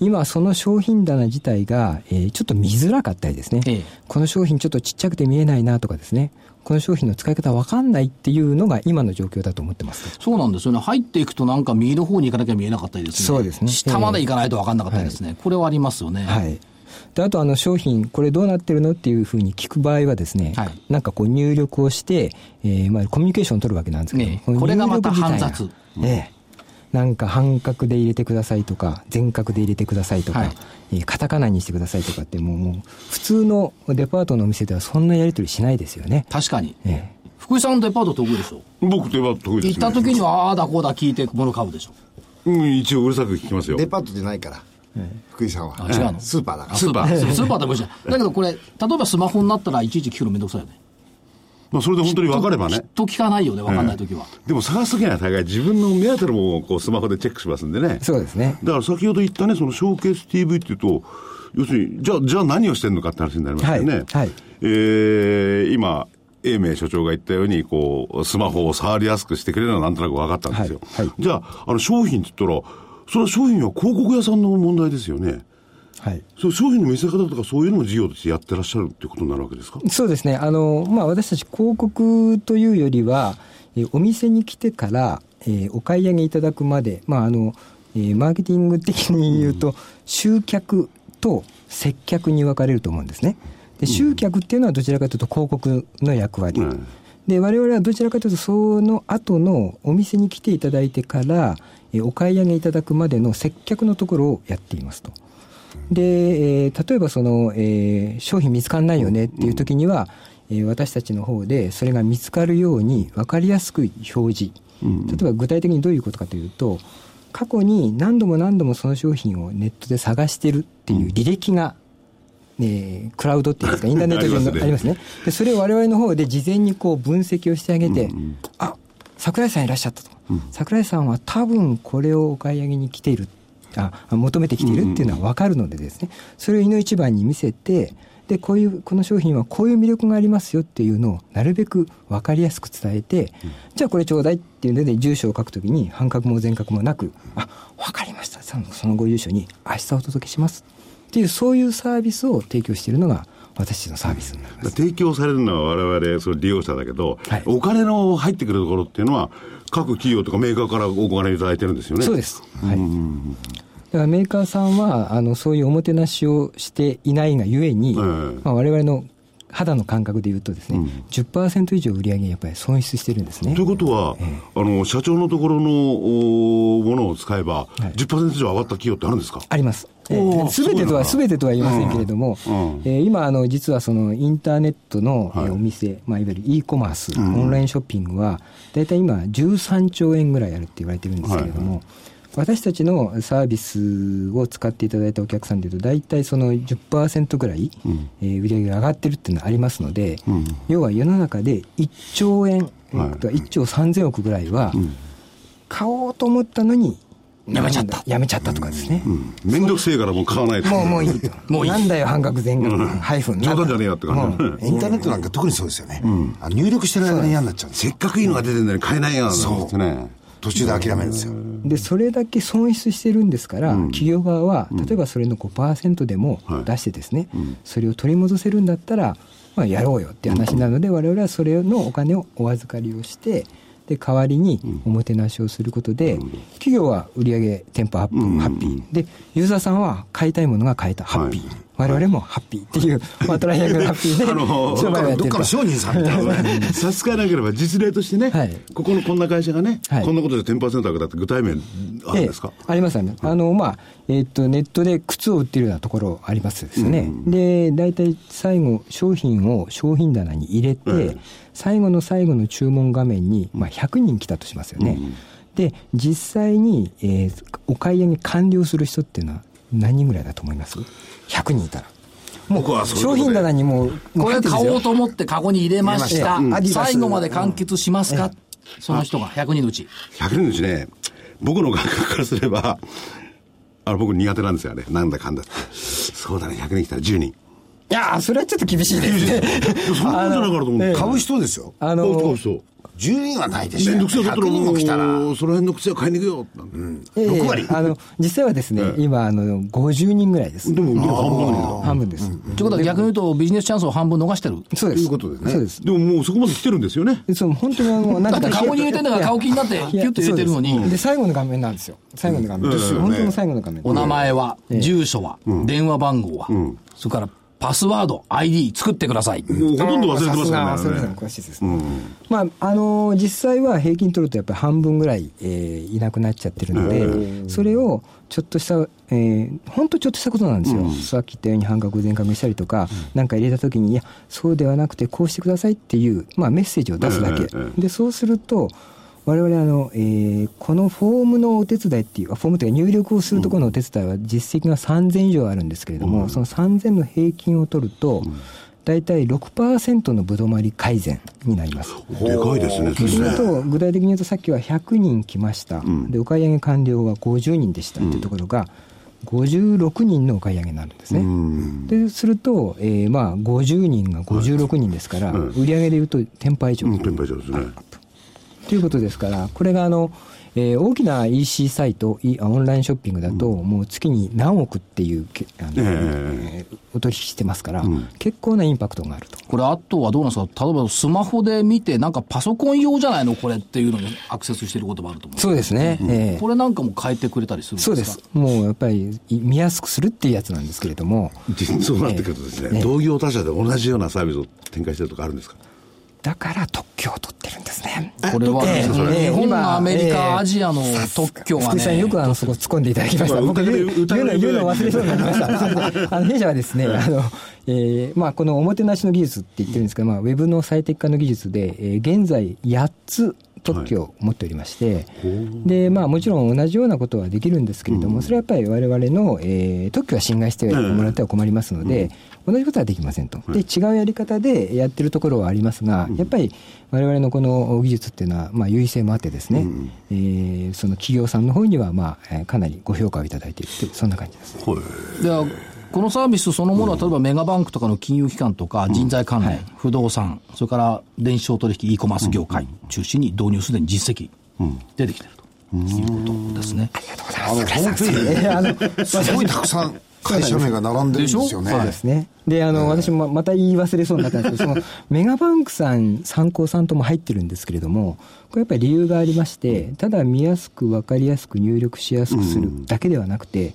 H: 今その商品棚自体が、えーちょっと見づらかったりですね、
G: ええ
H: この商品ちょっとちっちゃくて見えないなとかですね、この商品の使い方わかんないっていうのが今の状況だと思ってます。
G: そうなんですよね。入っていくとなんか右の方に行かなきゃ見えなかったりですね。
H: そうですね
G: 下まで行かないと分かんなかったりですね。これはありますよね。
H: はい。であとあの商品これどうなってるのっていうふうに聞く場合はですね、
G: はい
H: なんかこう入力をして、えーまあコミュニケーションを取るわけなんですけど、
G: ねえ
H: の
G: これが
H: 入力
G: また煩
H: 自体
G: 雑
H: がええなんか半角で入れてくださいとか全角で入れてくださいとか、
G: はい
H: えーカタカナにしてくださいとかってもうもう普通のデパートのお店ではそんなやり取りしないですよね。
G: 確かに。
H: ええ
G: 福井さんデパート得意でしょ
E: 僕といえば得意
G: 行
E: で
G: っ
E: す、ね。
G: た時にはああだこうだ聞いて物買うでしょ
E: うん、一応うるさく聞きますよ
C: デ。パートじゃないから、福井さんは
G: あ違うの
C: スーパーだから
E: スーパー。
G: スーパーでもいいじゃん。 だけどこれ、例えばスマホになったらいちいち聞くのめんどくさいよね。
E: まあ、それで本当に分かれば
G: きっ
E: ね。
G: と聞かないよね、分かんない時は。
E: でも探すときには大概自分の目当てのものをこうスマホでチェックしますんでね。
H: そうですね。
E: だから先ほど言ったね、そのショーケース TV っていうと、要するに、じゃあ、じゃあ何をしてるのかって話になりますよね。
H: はいはい
E: えー今、英明所長が言ったように、こう、スマホを触りやすくしてくれるのはなんとなく分かったんですよ。
H: はいはい
E: じゃあ、あの、商品って言ったら、それは商品は広告屋さんの問題ですよね。
H: はい。
E: そう商品の見せ方とかそういうのも事業としてやってらっしゃるってことになるわけですか
H: そうですね。あの、まあ、私たち広告というよりは、えーお店に来てから、えーお買い上げいただくまで、まあ、あの、えーマーケティング的に言うと、集客と接客に分かれると思うんですね。で、集客っていうのはどちらかというと広告の役割。
E: うん
H: で我々はどちらかというとその後のお店に来ていただいてからえーお買い上げいただくまでの接客のところをやっていますと。で、えー例えばその、えー商品見つかんないよねっていう時には、えー私たちの方でそれが見つかるように分かりやすく表示、例えば具体的にどういうことかというと過去に何度も何度もその商品をネットで探してるっていう履歴が、えークラウドっていうんですか、インターネット上
E: あり
H: の
E: ますね
H: ありますね。で、それを我々の方で事前にこう分析をしてあげて、あ、桜井さんいらっしゃったと。桜井さんは多分これをお買い上げに来ている、あ、求めてきているっていうのは分かるのでですね、それをいの一番に見せて、で、こういう、この商品はこういう魅力がありますよっていうのをなるべく分かりやすく伝えて、じゃあこれちょうだいっていうので、住所を書くときに半角も全角もなく、あ、分かりました。そのそのご住所に明日お届けします。っていうそういうサービスを提供しているのが私のサービスになります。
E: 提供されるのは我々それ利用者だけど、
H: はい
E: お金の入ってくるところっていうのは各企業とかメーカーからお金いただいてるんですよね
H: そうですす。はい。だからメーカーさんはあのそういうおもてなしをしていないがゆえに、
E: ええ
H: まあ、我々の肌の感覚で言うとですね、10%以上売り上げやっぱり損失してるんですね。
E: ということは、あの社長のところのおものを使えば、
H: い
E: 10%以上上がった企業ってあるんですか
H: あります。え
E: おー
H: ーすべてとは、
E: そ
H: す
E: う
H: べてとは言いませんけれども、
E: うん
H: えー今、あの、実はその、インターネットの、
E: はい
H: えーお店、まあ、いわゆる e コマース、オンラインショッピングは、だいたい今、13兆円ぐらいあるって言われてるんですけれども、私たちのサービスを使っていただいたお客さんでいうと、大体その10%ぐらい、えー売り上げが上がってるっていうのはありますので、要は世の中で1兆円、えーっと1兆3000億ぐらいは、買おうと思ったのに、やめちゃった。やめちゃったとかですね。
E: 面倒くせえからもう買わないと
H: もう、もういいと。もういい。なんだよ、半額全額。ハイフン。
E: 冗談じゃねえよって感じだね、
C: インターネットなんか特にそうですよね、あの入力してる間に嫌になっちゃうんです
E: せっかくいいのが出てるのに買えないよ
C: そう
E: ってね
C: 途中で諦めるんですよ
H: で、それだけ損失してるんですから、企業側は、例えばそれの5%でも
E: はい
H: 出してですね、それを取り戻せるんだったら、まあ、やろうよっていう話なので、我々はそれのお金をお預かりをして、で代わりにおもてなしをすることで、企業は売上店舗ハッピー,、ハッピーでユーザーさんは買いたいものが買えたハッピー、我々もハッピーっていう、まあ、トライアングルハッピーで商売をやって
C: どっ
H: る
C: か
H: と
C: の商人さんみたいなね
E: 差し支えなければ実例としてね、
H: はい
E: ここのこんな会社がね、
H: はい
E: こんなことで10%上げたって具体名あるんですか、
H: ええありますあります。あの、まあ、えっと、ネットで靴を売ってるようなところありますですね。で、大体最後、商品を商品棚に入れて、最後の最後の注文画面に、まあ、100人来たとしますよね。で、実際に、えーお買い上げ完了する人っていうのは何人ぐらいだと思います ?100 人いたら。も
C: 僕はそういうことで
H: 商品棚にもう、もう
F: こ
H: 入
F: れ
H: ってるんです
F: 買
H: よ
F: おうと思ってカゴに入れました
H: 入れましたうんアディダス
F: 最後まで完結しますか、その人が100人のうち
E: 100人のうちね、僕の感覚からすれば、あの僕苦手なんですよ、あれ。なんだかんだって。そうだね、100人来たら10人。
H: いやー、それはちょっと厳しいですね。
E: そんなことじゃないからと思うんだよ。
C: 買う人ですよ
H: あ
E: あ
H: の
E: の、そう
C: 10人はないでしょ
E: めんどくさいだったら
C: 100人も来たら
E: もうその辺の靴は買いに行くよってなって
H: ええ
C: 6割
H: あの実際はですね、今あの50人ぐらいです
E: でも、でも
H: 半分です、
F: ということは逆に言うとビジネスチャンスを半分逃してる
H: そうで
C: と
H: す
C: いうことですね
H: そうです
E: 半分だけどでももうそこまで来てるんですよね。
H: でその本当にあ
F: だ
H: の何
F: ってカゴに入れてんだから顔気になってキュッと入れてるの
H: で
F: に
H: 最後の画面なんですよ最後の画面、ですよ本当の最後の画面
F: お名前は住所は電話番号はそれからパスワード ID 作ってください
E: もうほとんど忘れてますから
H: さすが忘れて
E: ね
H: ま。す詳しいです、まああのー実際は平均取るとやっぱり半分ぐらい、えーいなくなっちゃってるので、それをちょっとした、えー、ほんとちょっとしたことなんですよ、さっき言ったように半額全額にしたりとか、なんか入れた時にいやそうではなくてこうしてくださいっていう、まあ、メッセージを出すだけ、でそうすると我々あの、えーこのフォームのお手伝いっていうあフォームというか入力をするところのお手伝いは実績が3000以上あるんですけれども、その3000の平均を取ると、大体6%のぶどまり改善になります。
E: でかいですね、
H: そうす
E: ね
H: ると、具体的に言うと、さっきは100人来ました、でお買い上げ完了は50人でしたっていうところが、56人のお買い上げになるんですね。ですると、えーまあ、50人が56人ですから、売り上げでいうと、天杯以上、
E: うん、ペンパイちゃんですね。
H: ということですから、これがあの、えー大きな EC サイト、いあオンラインショッピングだと、もう月に何億っていうけあの、えーお取引してますから、結構なインパクトがあると。
F: これあとはどうなんですか例えばスマホで見てなんかパソコン用じゃないのこれっていうのにアクセスしてることもあると思う
H: そうですね。ええ
F: これなんかも変えてくれたりするんです
H: そ
F: か
H: うです。もうやっぱりい見やすくするっていうやつなんですけれども、
E: 実そうなってくるとですね、同業他社で同じようなサービスを展開してるとかあるんですか
H: だから特許を取ってるんですね。
F: これは、
H: えええ
F: 日
H: え
F: 本
H: 今
F: アメリカ、
H: ええ
F: アジアの特許が
H: 福井さん
F: ね
H: よ、くあのそこ突っ込んでいただきました。
E: まあ
H: 僕ね
E: 疑い
H: 言う
E: 疑い
H: の言うの忘れそうになりました。あの弊社はですね、あのえーまあこのおもてなしの技術って言ってるんですけど、まあウェブの最適化の技術で、えー現在8つ特許を持っておりまして、でまあもちろん同じようなことはできるんですけれども、それはやっぱり我々の、えー特許は侵害してもらっては困りますので、同じことはできませんと。で違うやり方でやってるところはありますが、やっぱり我々のこの技術っていうのはまあ優位性もあってですね、えーその企業さんの方にはまあえーかなりご評価をいただいているというそんな感じです。
F: ではこのサービスそのものは、例えばメガバンクとかの金融機関とか、人材関連、不動産、それから電子商取引、e コマース業界中心に導入すでに実績、出てきてるということですね。
C: あのホームペ ージ
H: えーあの
C: すごいたくさん会社名が並んでるんですよね
H: そうですね。で、あの、私もまた言い忘れそうになったんですけど、その、メガバンクさん、参考さんとも入ってるんですけれども、これやっぱり理由がありまして、ただ見やすく、わかりやすく、入力しやすくするだけではなくて、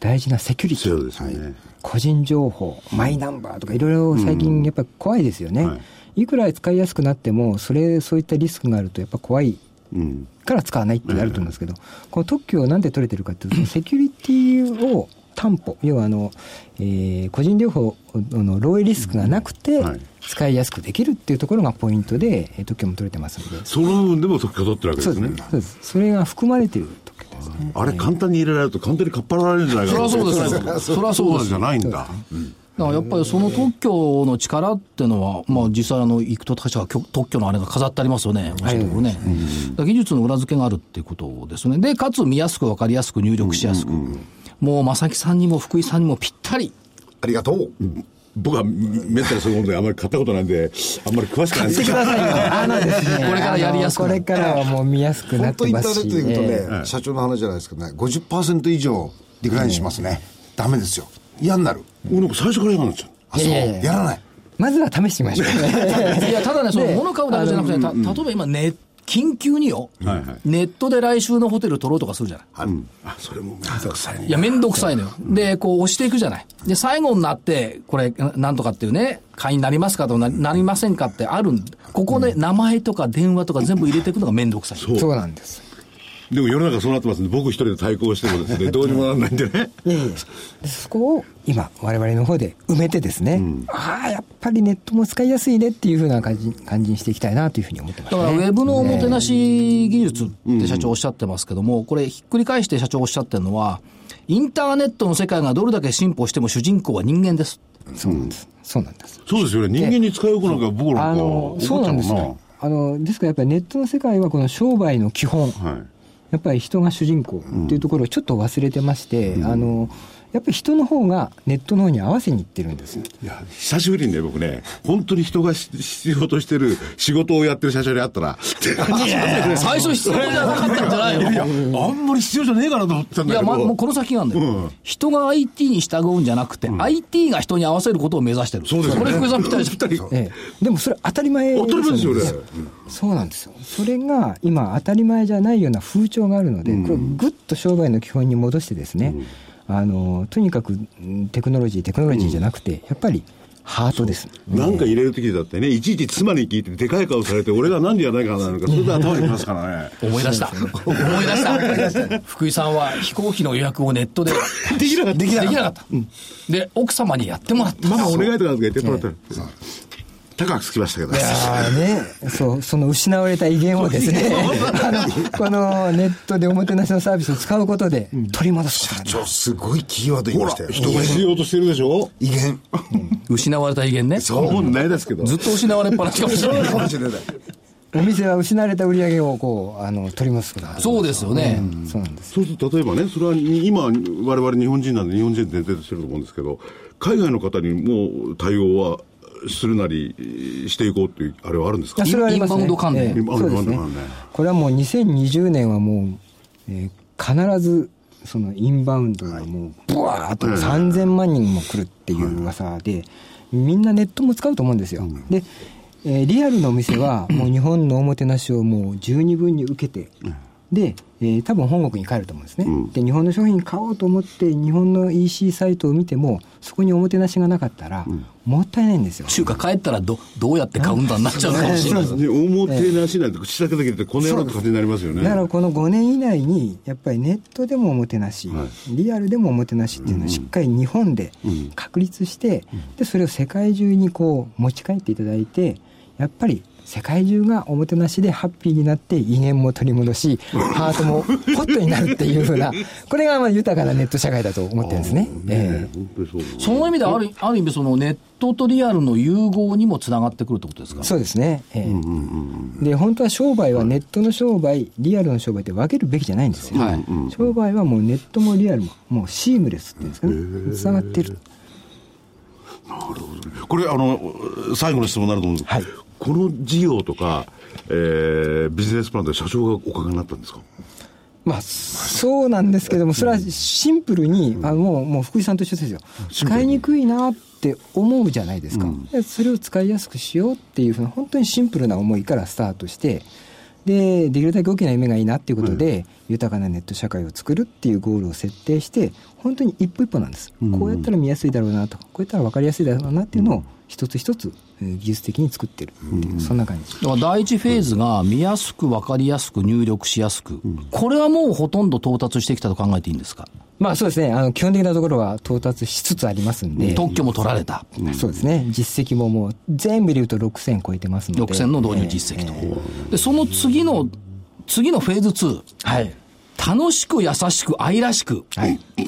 H: 大事なセキュリテ
E: そ
H: ィ。
E: うですね
H: はい個人情報、マイナンバーとかいろいろ最近やっぱり怖いですよね。いくら使いやすくなっても、それ、そういったリスクがあるとやっぱ怖い
E: うん。
H: から使わないってなると思うんですけど、この特許をなんで取れてるかっていうと、そのセキュリティを担保、要はあの、えー個人情報の漏洩リスクがなくて
E: はい、
H: 使いやすくできるっていうところがポイントで、えー特許も取れてますので、
E: その部分でも特許取ってるわけ
H: そ
E: で
H: う
E: す
H: です
E: ね
H: ね。。そうです。それが含まれている特許ですね。
E: あれ簡単に入れられると簡単にかっぱらわれるんじゃないか
F: そり
E: と
F: ゃそうですよ。そり
E: そ
F: ゃそう
E: う
F: で
E: なん
F: す
E: じ
F: よ
E: ゃ。ないんだ。
F: だからやっぱりその特許の力っていうのは、まあ、実際あの、行くと確か特許のあれが飾ってありますよね、おっしゃるところね。だから技術の裏付けがあるっていうことですね。で、かつ見やすく分かりやすく入力しやすく。もう、正木さんにも福井さんにもぴったり。
C: ありがとう
E: 僕はめったにそういうことであまり買ったことないんで、あんまり詳しくないんですけど。
H: あのです ね、
F: これからやりやすく
H: あのこれからはもう見やすく
C: 本
H: なっ
C: 当
H: て
C: インタ
H: ま
C: ーネ
H: す
C: ッ
H: し、
C: トで行
H: えー
C: くとね社長の話じゃないですけどね50%以上ディクラインしますねダメですよ嫌になる
E: 俺なんか最初から嫌になっちゃう。
C: あそう
H: いやいやいや
C: やらない
H: まずは試してみましょう。
F: いや、ただね、その、
H: ね
F: 物買うだけじゃなくて、た例えば今、ネッ緊急によ、
E: はいはい
F: ネットで来週のホテル取ろうとかするじゃない。
E: うんあ、それもめんどくさいね
F: いや、めんどくさいのよ。で、こう押していくじゃない。で、最後になって、これ、ななんとかっていうね、会員になりますかとななりませんかってあるんここで名前とか電話とか全部入れていくのがめんどくさい。
E: う
H: そうなんです。
E: でも世の中そうなってますんで、僕一人で対抗してもですね、どうにもならないんでね。
H: ええ、でそこを今我々の方で埋めてですね、ああやっぱりネットも使いやすいねっていうふうな感じ感じにしていきたいなというふうに思ってま
F: だ
H: す
F: からウェブのおもてなし技術って社長おっしゃってますけども、これひっくり返して社長おっしゃってるのは、インターネットの世界がどれだけ進歩しても主人公は人間です。
H: そうなんです、そうなんです
E: そうですよね。人間に使いよくなんか僕な
H: あ
E: んか
H: の
E: 思っちゃ
H: そうう
E: も
H: なん
E: な。
H: んですよあのですからやっぱりネットの世界はこの商売の基
E: は
H: 本、
E: い。
H: やっぱり人が主人公っていうところをちょっと忘れてまして、あのやっぱり人の方がネットの方に合わせにいってるんですよ
E: いや、久しぶりにね、僕ね、本当に人がし必要としてる仕事をやってる社長に会ったら、
F: 最初必要じゃなかったんじゃないの
E: いや、あんまり必要じゃねえかなと思ってたん
F: い
E: だ
F: や、
E: け
F: ま、もう
E: ど。
F: この先なんだよ、
E: うん
F: 人が IT に従うんじゃなくて、IT が人に合わせることを目指してる。そう
E: ですよね
F: これ福井さんぴったりじゃん
H: ええ、でもそれ当たり前
E: 当たり前ですよね。
H: そうなんですよそれが今当たり前じゃないような風潮があるので、これをぐっと商売の基本に戻してですね、あのとにかくうんテクノロジーテクノロジーじゃなくて、やっぱりハートです、
E: なんか入れる時だってね、いちいち妻に聞いてでかい顔されて、俺が何でやらないからなのか、それで頭にきますからね。
F: 思い出した。思い出した。福井さんは飛行機の予約をネットでできなかった。できなかった。で、奥様にやってもらった。
E: ママお願いとか言ってもらったら、高くつきましたけど。
H: あーね、そうその失われた威厳をですねあのこのネットでおもてなしのサービスを使うことで取り戻すことができる
C: ちょすごいキーワード言い
E: ほ
C: まし
E: ら
C: たよ、
E: 人が必要としてるでしょ
C: 威厳
F: 失われた威厳ね。ず
E: そう、もうないですけど。
F: っと失われっぱなしかもしれない。
C: かもしれない
H: お店は失われた売り上げをこうあの取り戻すことができる
F: そうですよね。
H: そうなんです
E: そうすると、例えばね、それは今、我々日本人なんで、日本人で出てしてると思うんですけど、海外の方にもう対応はするなりしていこうっていう、あれはあるんです
H: い
E: か
H: やそれはあります
F: インバ
H: ね
F: ウンド関連
H: ええ
E: インバウン
H: そ
E: ド
H: うですね
E: 関連ね
H: これはもう2020年はもう、えー必ずそのインバウンドがもうブワーッと3000万人も来るっていう噂でみんなネットも使うと思うんですよで、えーリアルのお店はもう日本のおもてなしをもう十二分に受けてで、えー多分本国に帰ると思うんですね、で日本の商品買おうと思って日本の EC サイトを見てもそこにおもてなしがなかったらもったいないんですよ、
F: 中華帰ったらど、どうやってカウンターになっちゃうかもしれない。
E: ね、おもてなしなんて口だけできて、この野郎って感じになりますよね。
H: だからこの5年以内にやっぱりネットでもおもてなし、リアルでもおもてなしっていうのをしっかり日本で確立して、でそれを世界中にこう持ち帰っていただいてやっぱり世界中がおもてなしでハッピーになって威厳も取り戻しハートもホットになるっていうふうなこれがまあ豊かなネット社会だと思ってるんです ね。ええ
E: 本当にそうだ
F: その意味である、ある意味そのネットとリアルの融合にもつながってくるってことですか
H: そうですね、ええで本当は商売はネットの商売リアルの商売って分けるべきじゃないんですよ、
F: はい。
H: 商売はもうネットもリアルももうシームレスっていうんですかねつながってる
E: これ、あの、最後の質問になると思うんですけど、この事業とか、えービジネスプランで社長がおかけになったんですか
H: まあそうなんですけどもそれはシンプルにあもうもう福井さんと一緒ですよ使いにくいなって思うじゃないですか、でそれを使いやすくしようっていうふうな本当にシンプルな思いからスタートしてでできるだけ大きな夢がいいなっていうことで、豊かなネット社会を作るっていうゴールを設定して本当に一歩一歩なんです、こうやったら見やすいだろうなとかこうやったら分かりやすいだろうなっていうのを一つ一つえー技術的に作ってるっていう、そんな感じ
F: だから第一フェーズが見やすく分かりやすく入力しやすく、これはもうほとんど到達してきたと考えていいんですか、
H: まあそうですねあの基本的なところは到達しつつありますんで
F: 特許も取られた、
H: そうですね実績ももう全部でいうと6000超えてますので
F: 6000の導入実績と、でその次の次のフェーズ2
H: はい
F: 楽しく優しく愛らしく、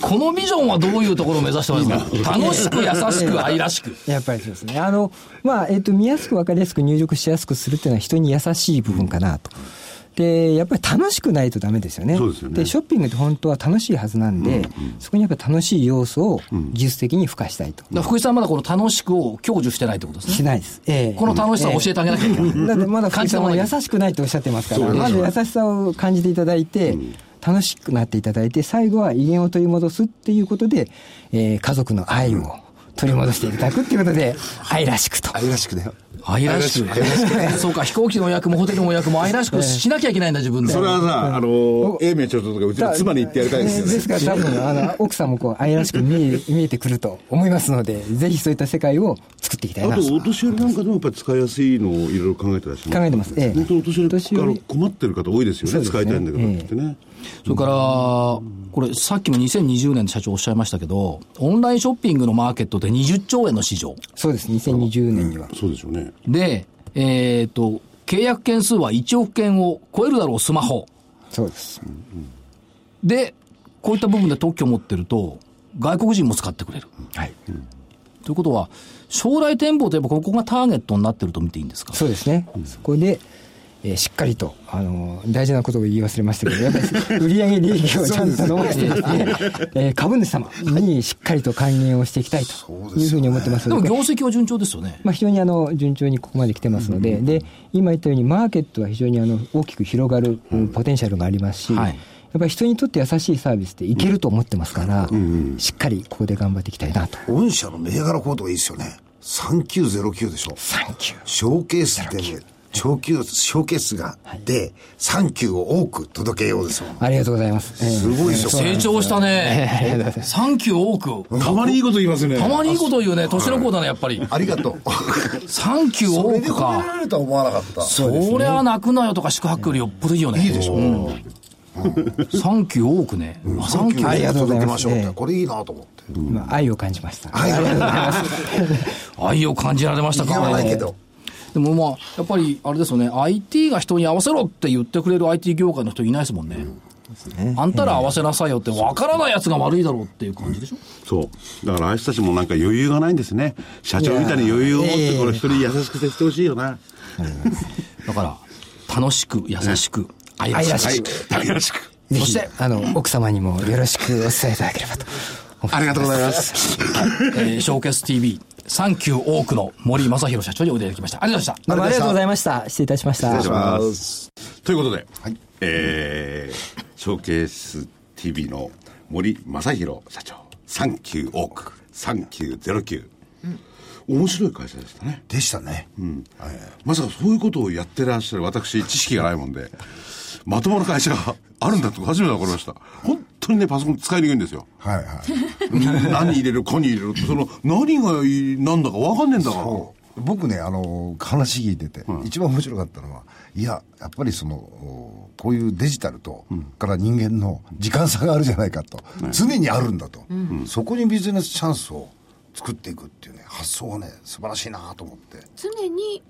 F: このビジョンはどういうところを目指してますか楽しく優しく愛らしく
H: やっぱりそうですねあのまあえっ、と見やすく分かりやすく入力しやすくするっていうのは人に優しい部分かなとでやっぱり楽しくないとダメですよね
E: そうですよね
H: ショッピングって本当は楽しいはずなんで、そこにやっぱ楽しい要素を技術的に付加したい
F: だ
H: と、
F: から福井さんまだこの楽しくを享受してないってことです
H: し
F: ね
H: ないです、ええ
F: この楽しさを教えてあげなきゃいけない、
H: だってまだ
F: 感
H: 福井
F: じ
H: さ
F: た
H: ん
F: まま
H: は
F: に
H: 優しくないとおっしゃってますから、まず優しさを感じていただいて、楽しくなっていただいて、最後は威厳を取り戻すっていうことで、えー家族の愛を取取り戻していただくっていうことで、愛らしくと。
C: 愛らしくだよ。
F: 愛らしく。そうか、飛行機の予約もホテルの予約も愛らしくしなきゃいけないんだ、自分で。
I: それはさ、あの、英明ちょっととか、うちの妻に言ってやりたいですよね
H: で。すから多分、あの、奥さんもこう、愛らしく見え、見えてくると思いますので、ぜひそういった世界を作っていきたい
E: あ
H: な
E: と、お年寄りなんかでもやっぱり使いやすいのをいろいろ考えてらっしゃる
H: 考えてますええ
E: 本当にお年寄
H: お年
E: り、あ
H: 寄り
E: の困ってる方多いですよね、使いたいんだけどってね。
F: それから、これ、さっきも2020年で社長おっしゃいましたけど、オンラインショッピングのマーケットで20兆円の市場。
H: そうです、2020年には。
E: そうですよね。
F: で、えっ、と、契約件数は1億件を超えるだろう、スマホ。
H: そうです。
F: で、こういった部分で特許を持ってると、外国人も使ってくれる。
H: はい。
F: ということは、将来展望ってやっぱここがターゲットになってると見ていいんですか
H: そうですね。そこで、えーしっかりと、あのー大事なことを言い忘れましたけど、やっぱり売 上利益をちゃんと伸ばしてですね、えー株主様にしっかりと還元をしていきたいというふうに思ってます
F: で
H: の
F: も
H: で、
F: 業績は順調ですよね。
H: まあ、非常にあの順調にここまで来てますので,、で今言ったようにマーケットは非常にあの大きく広がるうんポテンシャルがありますし、
F: はい
H: やっぱり人にとって優しいサービスっていけると思ってますから、しっかりここで頑張っていきたいなと。
C: 御社の銘柄コードがいいですよね。3909でしょ。
H: サンキュー
C: ショーケースで、長期ショーケースが、で、39を多く届けようですよ。
H: ありがとうございます。ええ
C: すごいですよ。
F: 成長したね。サンキュー多く。
I: たまにいいこと言いますね。
F: たまにいいこと言うね。年の子だね、やっぱり。
C: ありがとう。
F: サンキュー
C: これ
F: 多
C: で褒
F: く
C: め
F: か。
C: られるとは思わなかった。
F: そりゃ泣くなよとか宿泊よりよっぽどいいよね。いいでしょ。サンキュー多くね。あサンキュー
H: ありがとうござ
C: 届
H: い
C: け
H: ま
C: ますしょうって。これいいなと思って。
H: 今愛を感じました。
C: はい、ありがとうございます。
F: 愛を感じられました
C: 逃げ
F: か
C: はないけど。
F: でもまあ、やっぱりあれですよね、IT が人に合わせろって言ってくれる IT 業界の人いないですもんね。あんたら合わせなさいよって、わからないやつが悪いだろうっていう感じでしょ、
E: そう。だから、あいつたちもなんか余裕がないんですね。社長みたいに余裕を持って、これ一人優しく接してほしいよな。
F: だから、楽しく、優しく、愛ら
H: 愛ら
F: し
H: しく。
E: はいよろしく。
H: ぜひあの奥様にもよろしくお伝えいただければと。
C: ありがとうございます。
F: く、えー、ショーケース TV、サンキュー多くの森正弘社長においでいただきました。ありがとうございました。
H: どうもありがとうございました。失礼いたしました。
E: ということで、えーショーケース TV の森正弘社長、サンキューオーク、サンキューゼロ九。面白い会社でしたね。
C: でしたね。
E: まさかそういうことをやってらっしゃる私、知識がないもんで、まともな会社があるんだと初めて分かりました。本当にね、パソコン使いにくいんですよ。
C: はいはい。
E: 何入れる、こに入れるって、その、何がいい、なんだか分かんねえんだから。
C: 僕ね、あの、話聞いてて、一番面白かったのは、いや、やっぱりその、おこういうデジタルと、から人間の時間差があるじゃないかと、常にあるんだと、そこにビジネスチャンスを作っていくっていうね、発想がね、素晴らしいなと思って。
B: 常に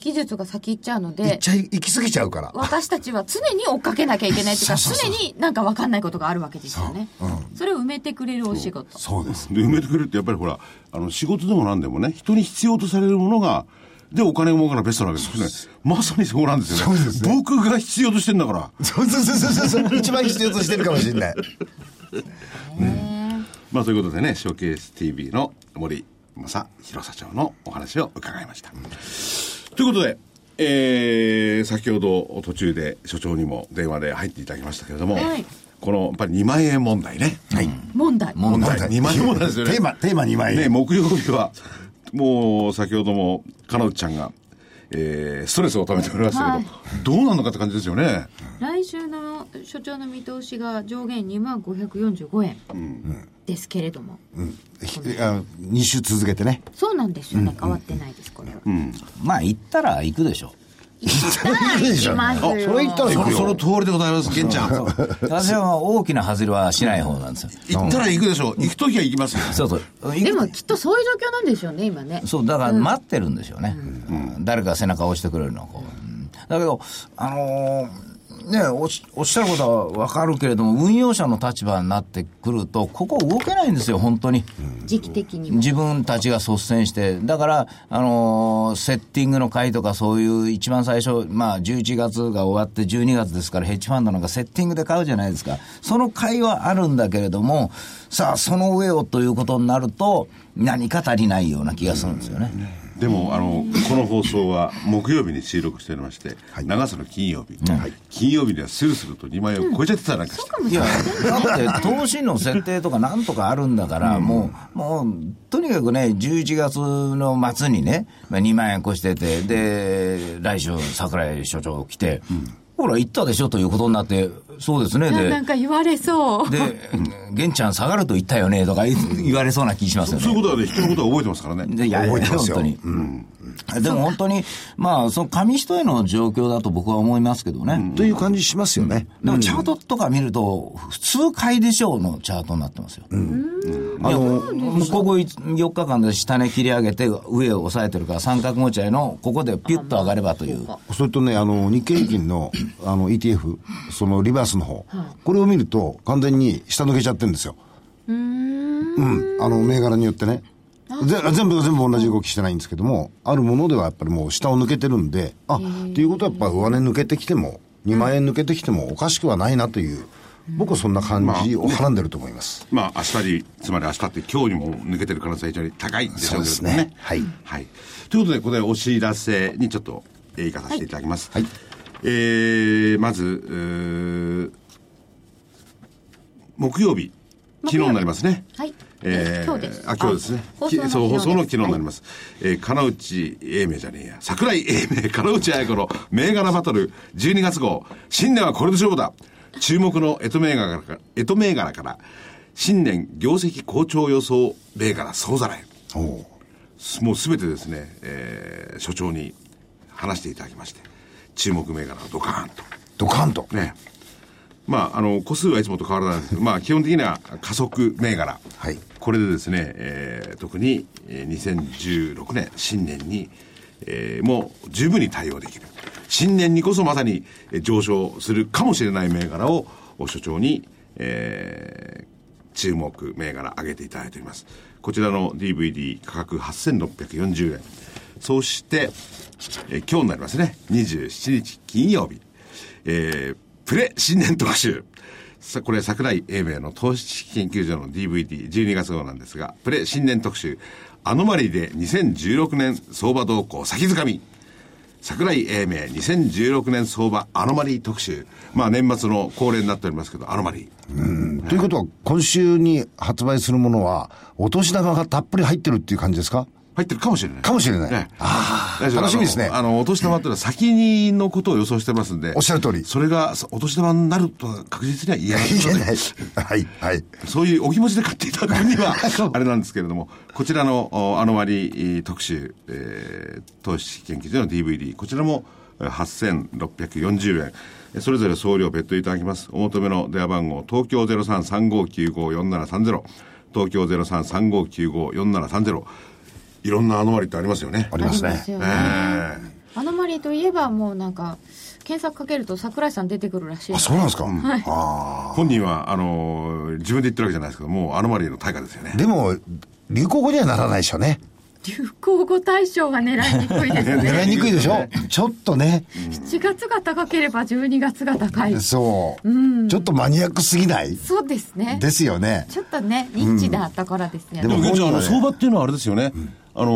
B: 技術が先行っちゃうの
C: いっ
B: で
C: ちゃい、行き過ぎちゃうから。
B: 私たちは常に追っかけなきゃいけないというか
C: そうそう
B: 常になんか分かんないことがあるわけですよねそ,、れを埋めてくれるお仕事
C: そうです。
E: で埋めてくれるってやっぱりほらあの仕事でも何でもね人に必要とされるものがでお金を儲かるのがベストなわけですよねまさにそうなんですよね
C: そうですね
E: 僕が必要としてんだから
C: そうそうそうそうそう。一番必要としてるかもしれ ない。
E: まあということでね「ショーケース TV」の森正弘社長のお話を伺いました、ということでえー先ほど途中で所長にも電話で入っていただきましたけれども、
B: はい
E: このやっぱり2万円問題ね、はい、
B: 問題
E: 問題2万円問題ですよね
C: テーマ、テーマ2万円。
E: ね、木曜日は、もう先ほども、彼女ちゃんが、えーストレスを溜めておりましたけど、どうなるのかって感じですよね。
B: 来週の所長の見通しが上限2万545円ですけれども、
C: ひあ2週続けてね。
B: そうなんですよね変わってないですこれは、
D: まあ、行ったら行くでしょう。
B: 行きますよ
C: あそれ言ったら
E: そ
C: 行く
E: の
C: よ。
E: その通りでございます、玄ちゃん。
D: 私は大きな外れはしない方なんですよ。
E: 行ったら行くでしょう。行くときは行きますよ。
D: そうそう。
B: でもきっとそういう状況なんでしょうね今ね
D: そう、だから待ってるんでしょうね。うん誰か背中を押してくれるのはこう。うんだけど、あのーねおし、おっしゃることはわかるけれども、運用者の立場になってくると、ここ動けないんですよ、本当に。
B: 時期的にも
D: 自分たちが率先して、だから、あのーセッティングの会とかそういう一番最初、まあ11月が終わって12月ですからヘッジファンドなんかセッティングで買うじゃないですか。その会はあるんだけれども、さあその上をということになると、何か足りないような気がするんですよね。
E: ででもあのこの放送は木曜日に収録しておりまして、長さの金曜日、金曜日にはスルスルと2万円を超えちゃってたなんかして、
B: かも
D: い
B: しれ
D: や
B: ない。
D: だって投資の設定とかなんとかあるんだから、もう、もう、とにかくね、11月の末にね、まあ2万円越してて、で、来週、桜井所長来て、ほら、行ったでしょということになって、そうですね、
B: いやな
D: で
B: ん、か言われそう。
D: で、玄ちゃん下がると言ったよね、とか言言われそうな気しますよね。
E: そういうことはね人のことは覚えてますからね、
D: でいや
J: 覚えてますよ
D: 本当に、でも本当に、まあ、その紙一重の状況だと僕は思いますけどね。
C: という感じしますよね。
D: でもチャートとか見ると、普通買いでしょうのチャートになってますよ。いやここ4日間で下値切り上げて、上を抑えてるから、三角持ち合いの、ここでピュッと上がればという。
C: それとね、あの、日経平均 の、あの、ETF、そのリバースの方、これを見ると、完全に下抜けちゃってるんですよ。うん。あの、銘柄によってね。ぜ全部が全部同じ動きしてないんですけども、あるものではやっぱりもう下を抜けてるんで、あ、っていうことはやっぱ上値抜けてきても、2万円抜けてきてもおかしくはないなという、僕はそんな感じをはらんでると思います。
E: まあ明日につまり明日って今日にも抜けてる可能性は非常に高いんでしょうけれども
C: そう
E: ね
C: ですねはい
E: はい、ということでここでお知らせにちょっとえー行かさせていただきます、はいえー、まずうー木曜日昨日になりますね
B: はい。
E: えー
B: 今日です。
E: あ今日ですね
B: あ
E: きそう放送の昨日になり
B: す。
E: ます、えー金内英明じゃねえや桜井英明金内彩子の銘柄バトル12月号新年はこれで勝負だ注目の江戸銘柄から江戸銘柄から新年業績好調予想銘柄総ざらいすもうすべてですね、えー所長に話していただきまして注目銘柄をドカーンと
C: ドカンと。
E: ねまあ、あの個数はいつもと変わらないんですけど、まあ、基本的には加速銘柄、
C: はい
E: これでですね、えー特にえー2016年新年に、えーもう十分に対応できる新年にこそまさにえー上昇するかもしれない銘柄をお所長に、えー注目銘柄上げていただいておりますこちらの DVD 価格8640円そして、えー今日になりますね27日金曜日えープレ新年特集。さこれ、桜井英明の投資知識研究所の DVD、12月号なんですが、プレ新年特集、アノマリーで2016年相場動向先づかみ。桜井英明2016年相場アノマリー特集。まあ年末の恒例になっておりますけど、アノマリー。
C: ということは、今週に発売するものは、お年玉がたっぷり入ってるっていう感じですか
E: 入ってるかもしれない。
C: かもしれない。
E: ね
C: ああ、
E: 大丈夫
C: 楽しみですね
E: あ。の、あのお年玉っていうのは先にのことを予想してますんで。
C: おっしゃる通り
E: それが、そお年玉になるとは確実には言えな い。
C: 言えない。はい、はい。
E: そういうお気持ちで買っていただく には、あれなんですけれども、こちらのおアノマリー特集、えー投資研究所の DVD、こちらもえー8640円。えーそれぞれ送料別途いただきます。お求めの電話番号、東京0335954730、東京0335954730。いろんなアノマリーってありますよね。
C: あ
E: あ
C: り
B: あ
C: ま
B: り
C: す
B: ま
C: ね
B: す。よ
E: え
B: ね。アノマリーといえばもうなんか、検索かけると桜井さん出てくるらしいの
C: あ、
B: で
C: そうなんですか。あ
E: ー本人は、あのー自分で言ってるわけじゃないですけども、アノマリーの対価ですよね
C: あ。。でも、流行語にはならないでしょうね。
B: 流行語大賞は狙いにくい ですね。
C: 狙いにくいでしょちょっとね。
B: 7月が高ければ12月が高い。
C: そう。ちょっとマニアックすぎない
B: そうですね。
C: ですよね。
B: ちょっとね、ニッチだったからですね。
C: で
E: でも、現状、あの、
C: 本当
E: 相
C: に
E: 場っていうのはあれですよね。あの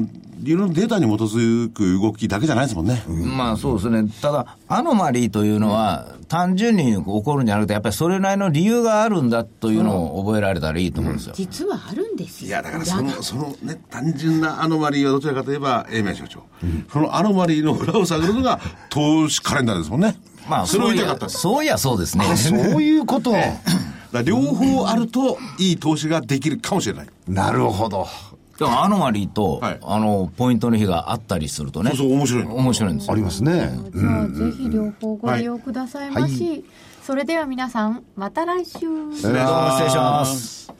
E: ーいろいろデータに基づく動きだけじゃないですもんね。
D: まあそうですね。ただ、アノマリーというのは、単純に起こるんじゃなくて、やっぱりそれなりの理由があるんだというのを覚えられたらいいと思うんですよ。
B: 実はあるんですよ。
E: いや、だからその、そのね、単純なアノマリーはどちらかといえば、英明所長。そのアノマリーの裏を探るの が、投資カレンダーですもんね。
D: まあ、
E: それを
D: そう
E: 言
D: い
E: いたかったん
D: や、
E: です。
D: そういやそうですね。
C: そういうこと。
E: だから両方あると、いい投資ができるかもしれない。
C: なるほど。
D: でもアノマリーと、
E: はい
D: あの、ポイントの日があったりするとね。
E: そうそう面白いの
D: 面白いんですよ
C: ありますね。
B: じゃあ、ぜひ両方ご利用くださいまし。それでは皆さん、また来週。
D: どうも失礼します。